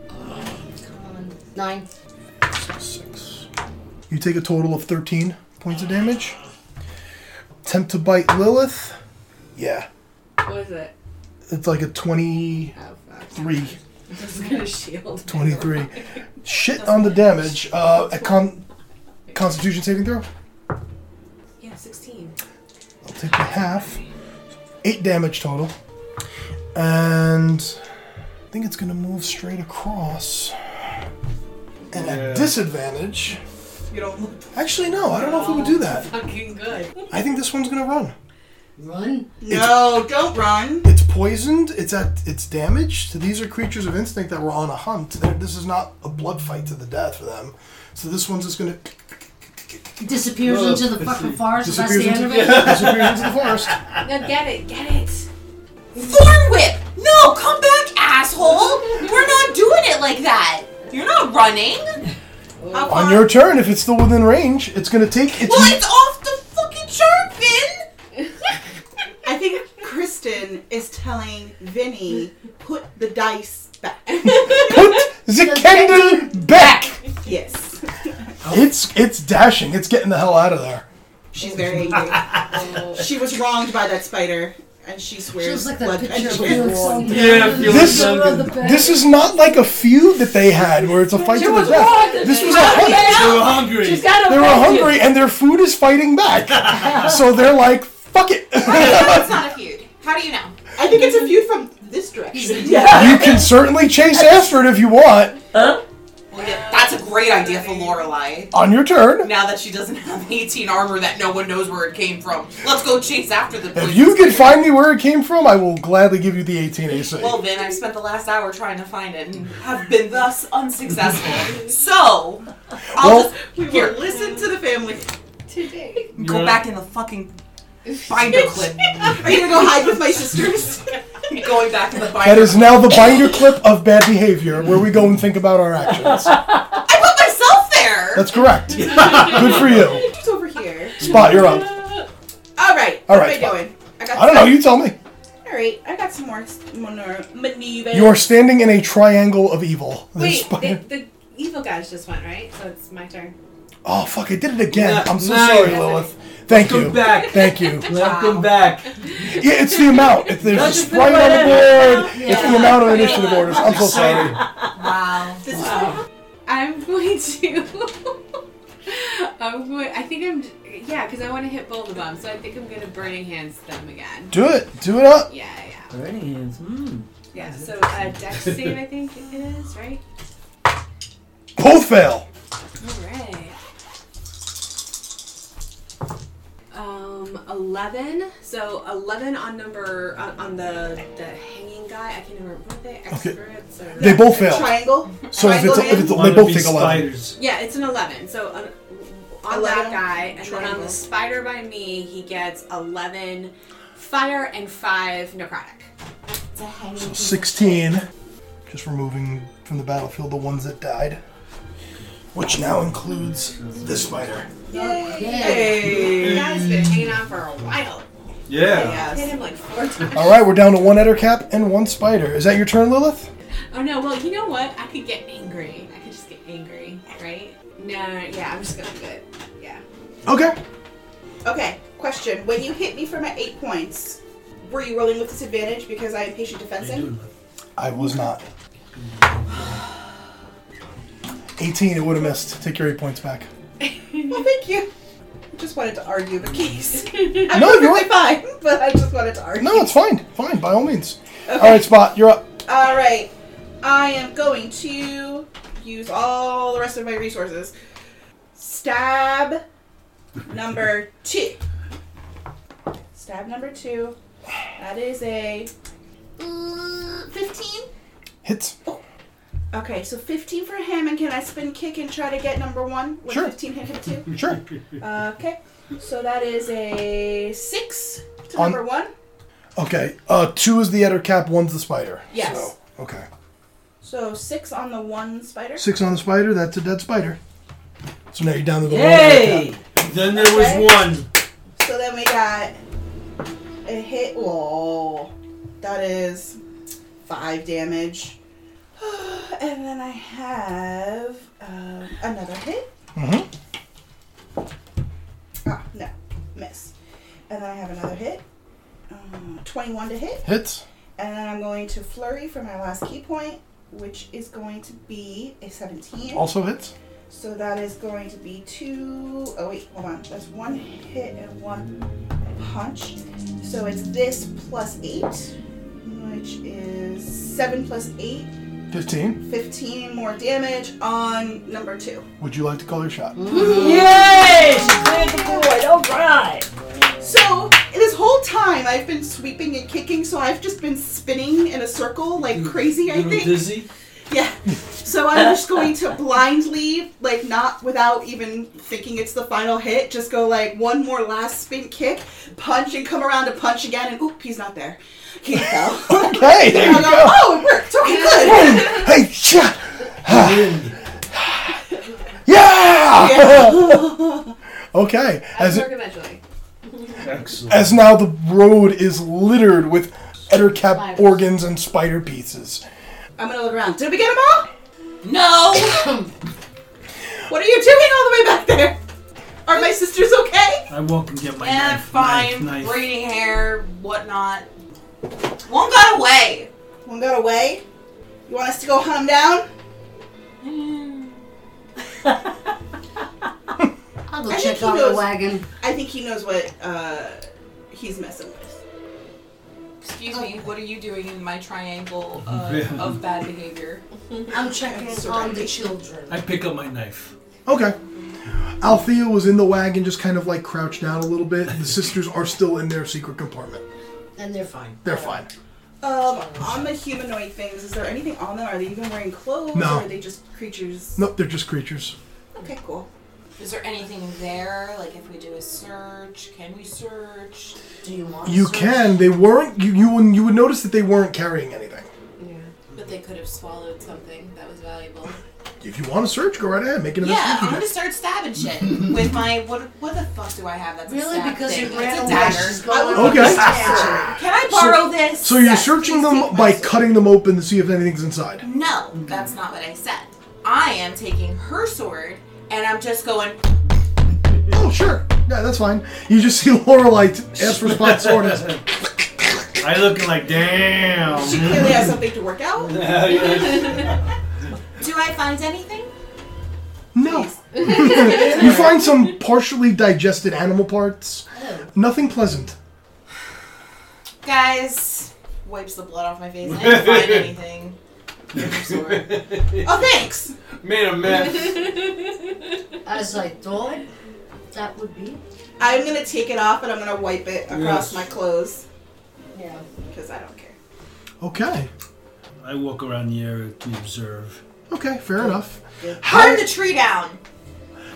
S3: Come on. Nine.
S1: Six. You take a total of 13 points of damage. Attempt to bite Lilith. Yeah.
S5: What is it?
S1: It's like a 23.
S5: Oh, fuck. This is gonna shield.
S1: 23. Shit on the damage. Uh, a con- constitution saving throw.
S5: Yeah, 16.
S1: I'll take the half. Eight damage total. And I think it's going to move straight across. And
S4: Yeah.
S1: at disadvantage.
S2: You don't look
S1: Actually, no, I don't know if we would do that.
S5: Fucking good.
S1: I think this one's going to run.
S3: Run.
S2: No, don't run.
S1: It's poisoned. It's at. It's damaged. So these are creatures of instinct that were on a hunt. They're- this is not a blood fight to the death for them. So this one's just gonna
S3: Disappears
S4: Well,
S3: into the
S4: let's
S3: fucking
S4: see.
S3: forest. That's the
S1: disappear
S3: end
S1: into,
S3: of it.
S1: disappears into the forest.
S5: Now get it, get it.
S6: Thorn whip! No, come back, asshole! We're not doing it like that. You're not running.
S2: How
S1: On
S2: far-
S1: your turn, if it's still within range, it's gonna take. It's
S6: Well, it's off the fucking chart, Finn.
S2: I think Kristen is telling Vinny put the dice back.
S1: put the candle back.
S2: yes.
S1: It's it's dashing. It's getting the hell out of there.
S2: She's very angry. she was wronged by that spider, and she swears
S3: She looks like that
S2: blood
S3: picture of
S2: vengeance.
S3: Felix Saunders.
S4: Yeah, Felix
S1: This-
S4: Saunders.
S1: This is not like a feud that they had where it's a fight to the
S8: wrong
S1: death.
S8: with
S1: This
S8: me.
S1: was a hunt.
S4: They were hungry.
S8: She's got
S1: They were hungry and their food is fighting back. so they're like, fuck it.
S6: That's not a feud. How do you know?
S2: I think it's a view from this direction. Yeah.
S1: You can certainly chase after it if you want
S6: Well, yeah, that's a great idea for Lorelai.
S1: on your turn.
S6: Now that she doesn't have 18 armor that no one knows where it came from, let's go chase after the
S1: If
S6: police.
S1: you can find me where it came from, I will gladly give you the 18 AC.
S6: Well, then I've spent the last hour trying to find it and have been thus unsuccessful. so, I'll
S1: Well-
S6: just here
S2: Listen to the family.
S5: Today.
S6: go
S4: Yeah.
S6: back in the fucking binder clip.
S2: Are you gonna go hide with my sisters?
S6: Going back in the binder.
S1: That is now the binder clip of bad behavior, where we go and think about our actions.
S6: I put myself there.
S1: That's correct. Good for you.
S2: It's over here.
S1: Spot, you're up.
S2: All right.
S1: All
S2: what
S1: right,
S2: am I
S1: fine.
S2: doing? I got.
S1: I don't know.
S2: some-
S1: You tell me.
S2: All right. I got some more s- manure- maneuvers.
S1: You are standing in a triangle of evil. The
S5: Wait,
S1: spider-
S5: the, the evil guys just went right, so it's my turn.
S1: Oh fuck! I did it again.
S4: No,
S1: I'm so
S4: no.
S1: sorry, Lilith. Thank
S4: Welcome
S1: you.
S4: back.
S1: Thank you.
S4: Welcome back.
S1: Yeah, it's the amount. If there's
S4: That's
S1: just
S4: the
S1: right on the board, it's the
S3: Yeah.
S1: amount on initiative orders. I'm so sorry.
S4: Exciting.
S7: Wow.
S2: This
S5: I'm going to. I'm going. I think I'm. Yeah, because I want to hit Boldabum, so I think I'm going to Burning Hands them again.
S1: Do it. Do it up.
S5: Yeah, yeah.
S4: Burning hands.
S8: Hmm.
S4: Mm.
S5: Yeah, so uh, Dex save, I think it is, right?
S1: Both fail.
S5: Alright. Um, eleven. So eleven on number on, on the the hanging guy. I can't remember what are they experts or
S1: They both
S2: is
S1: fail.
S2: triangle.
S1: So if it's,
S2: Triangle
S1: if it's
S2: man?
S1: they
S4: Wanna
S1: both
S4: be
S1: take eleven.
S4: spiders.
S5: yeah, it's an eleven. So on, on
S2: 11
S5: that guy, and then on
S2: triangle.
S5: the spider by me, he gets eleven fire and five necrotic.
S7: It's a hanging.
S1: So sixteen. Just removing from the battlefield the ones that died, which now includes this spider.
S5: The guy's been hanging on for a while.
S4: Yeah.
S5: Hit
S2: Yes.
S5: him like four times.
S1: All right, we're down to one Eder cap and one spider. Is that your turn, Lilith?
S5: Oh no, well, you know what? I could get angry. I could just get angry, right? No, yeah, I'm just gonna do it. Yeah.
S1: Okay.
S2: Okay. Question: When you hit me for my eight points, were you rolling with disadvantage because I am patient defensing?
S1: I was not. 18, it would have missed. Take your eight points back.
S2: Well, thank you. I just wanted to argue the case. I'm
S1: No, you're
S2: perfectly fine, but I just wanted to argue.
S1: No, it's fine. Fine, by all means. All right, Spot, you're up.
S2: All right. I am going to use all the rest of my resources. Stab number two. Stab number two. That is a uh, 15.
S1: Hits.
S2: Okay, so 15 for him, and can I spin kick and try to get number one? Would
S1: Sure.
S2: 15 hit him too?
S1: Sure.
S2: okay, so that is a 6 to
S1: On-
S2: number one.
S1: Okay, uh, two is the Eder cap, one's the spider.
S2: Yes.
S1: So, okay.
S2: So 6 on the one spider.
S1: Six on the spider, that's a dead spider. So now you're down to the one Eder
S8: Yay!
S1: cap.
S4: Then there was
S2: Okay.
S4: one.
S2: So then we got a hit. Whoa. That is five damage. And then I have um, another hit.
S1: Mhm.
S2: Ah, no. Miss. And then I have another hit. Um, 21 to hit.
S1: Hits.
S2: And then I'm going to flurry for my last key point, which is going to be a 17.
S1: Also hits.
S2: So that is going to be two oh wait, hold on. That's one hit and one punch. So it's this plus eight, which is seven plus eight,
S1: 15.
S2: 15 more damage on number two.
S1: Would you like to call your shot?
S2: Mm-hmm.
S8: Yay! She cleared the board. All right.
S2: So this whole time I've been sweeping and kicking, so I've just been spinning in a circle like crazy, I
S4: Little
S2: think.
S4: dizzy.
S2: Yeah. So I'm just going to blindly, like not without even thinking it's the final hit, just go like one more last spin kick, punch and come around to punch again and oop, he's not there. He fell.
S1: Oh,
S2: and
S1: Hey, there
S2: I
S1: you
S2: go,
S1: go.
S2: oh, it worked. Okay, good.
S1: Hey, shot.
S4: Wind.
S1: Yeah! okay.
S5: As
S1: As
S5: work eventually.
S4: Excellent.
S1: as now the road is littered with ettercap organs and spider pieces.
S2: I'm gonna look around. Did we get them all?
S6: No.
S2: What are you doing all the way back there? Are my sisters okay?
S4: I walk and get my
S6: Yeah,
S4: knife.
S6: fine.
S4: Knife, knife.
S6: Braiding hair, whatnot. One got away.
S2: One got away. You want us to go hunt them down?
S3: I'll go
S2: I think
S3: check
S2: he
S3: on the
S2: knows-
S3: wagon.
S2: I think he knows what uh, he's messing with.
S7: Excuse me, what are you doing in my triangle of,
S4: Yeah.
S7: of bad behavior?
S3: I'm checking on the children.
S4: I pick up my knife.
S1: Okay. Althea was in the wagon, just kind of like crouched down a little bit. The sisters are still in their secret compartment.
S3: And they're fine.
S1: They're fine.
S2: Um, on the humanoid things, is there anything on them? Are they even wearing clothes?
S1: No.
S2: Or are they just creatures?
S1: Nope, they're just creatures.
S2: Okay, cool.
S7: Is there anything there? Like if we do a search, can we search?
S3: Do you want
S1: You
S3: some?
S1: can. They weren't. You you would, you would notice that they weren't carrying anything.
S7: But they could have swallowed something that was valuable.
S1: If you want to search, go right ahead. Make an
S7: Yeah,
S1: investigation
S7: I'm gonna
S1: check.
S7: start stabbing shit with my what? What the fuck do I have? That's a
S3: Really?
S7: stab
S3: Because
S7: thing.
S3: you ran
S7: it's a
S3: away. She's
S7: dagger. Uh,
S3: going
S1: Okay.
S3: with the
S7: Can I borrow this?
S1: So you're
S7: Yes,
S1: searching
S7: please
S1: them
S7: take
S1: by
S7: my-
S1: cutting them open to see if anything's inside.
S7: No, that's not what I said. I am taking her sword and I'm just going.
S1: Oh, sure. Yeah, that's fine. You just see Lorelei t- ask for spot sword. as-
S4: I look like damn.
S7: She clearly has something to work out.
S4: Yeah, yeah.
S7: Do I find anything?
S1: No. you find some partially digested animal parts. Nothing pleasant.
S7: Guys, wipes the blood off my face. I didn't find anything. Here's your sword. Oh, thanks.
S4: Made a mess.
S3: dagger. As I thought, that would be.
S7: I'm gonna take it off and I'm gonna wipe it across
S4: Yes.
S7: my clothes
S3: Yeah.
S7: because I don't care.
S1: Okay.
S4: I walk around the area to observe.
S1: Okay, fair enough.
S7: Burn the tree down.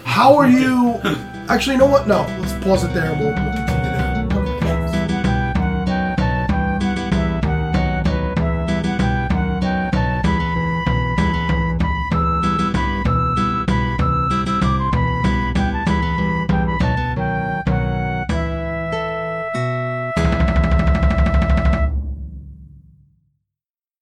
S1: How are you? Actually, you know what? No, let's pause it there. We'll, we'll continue.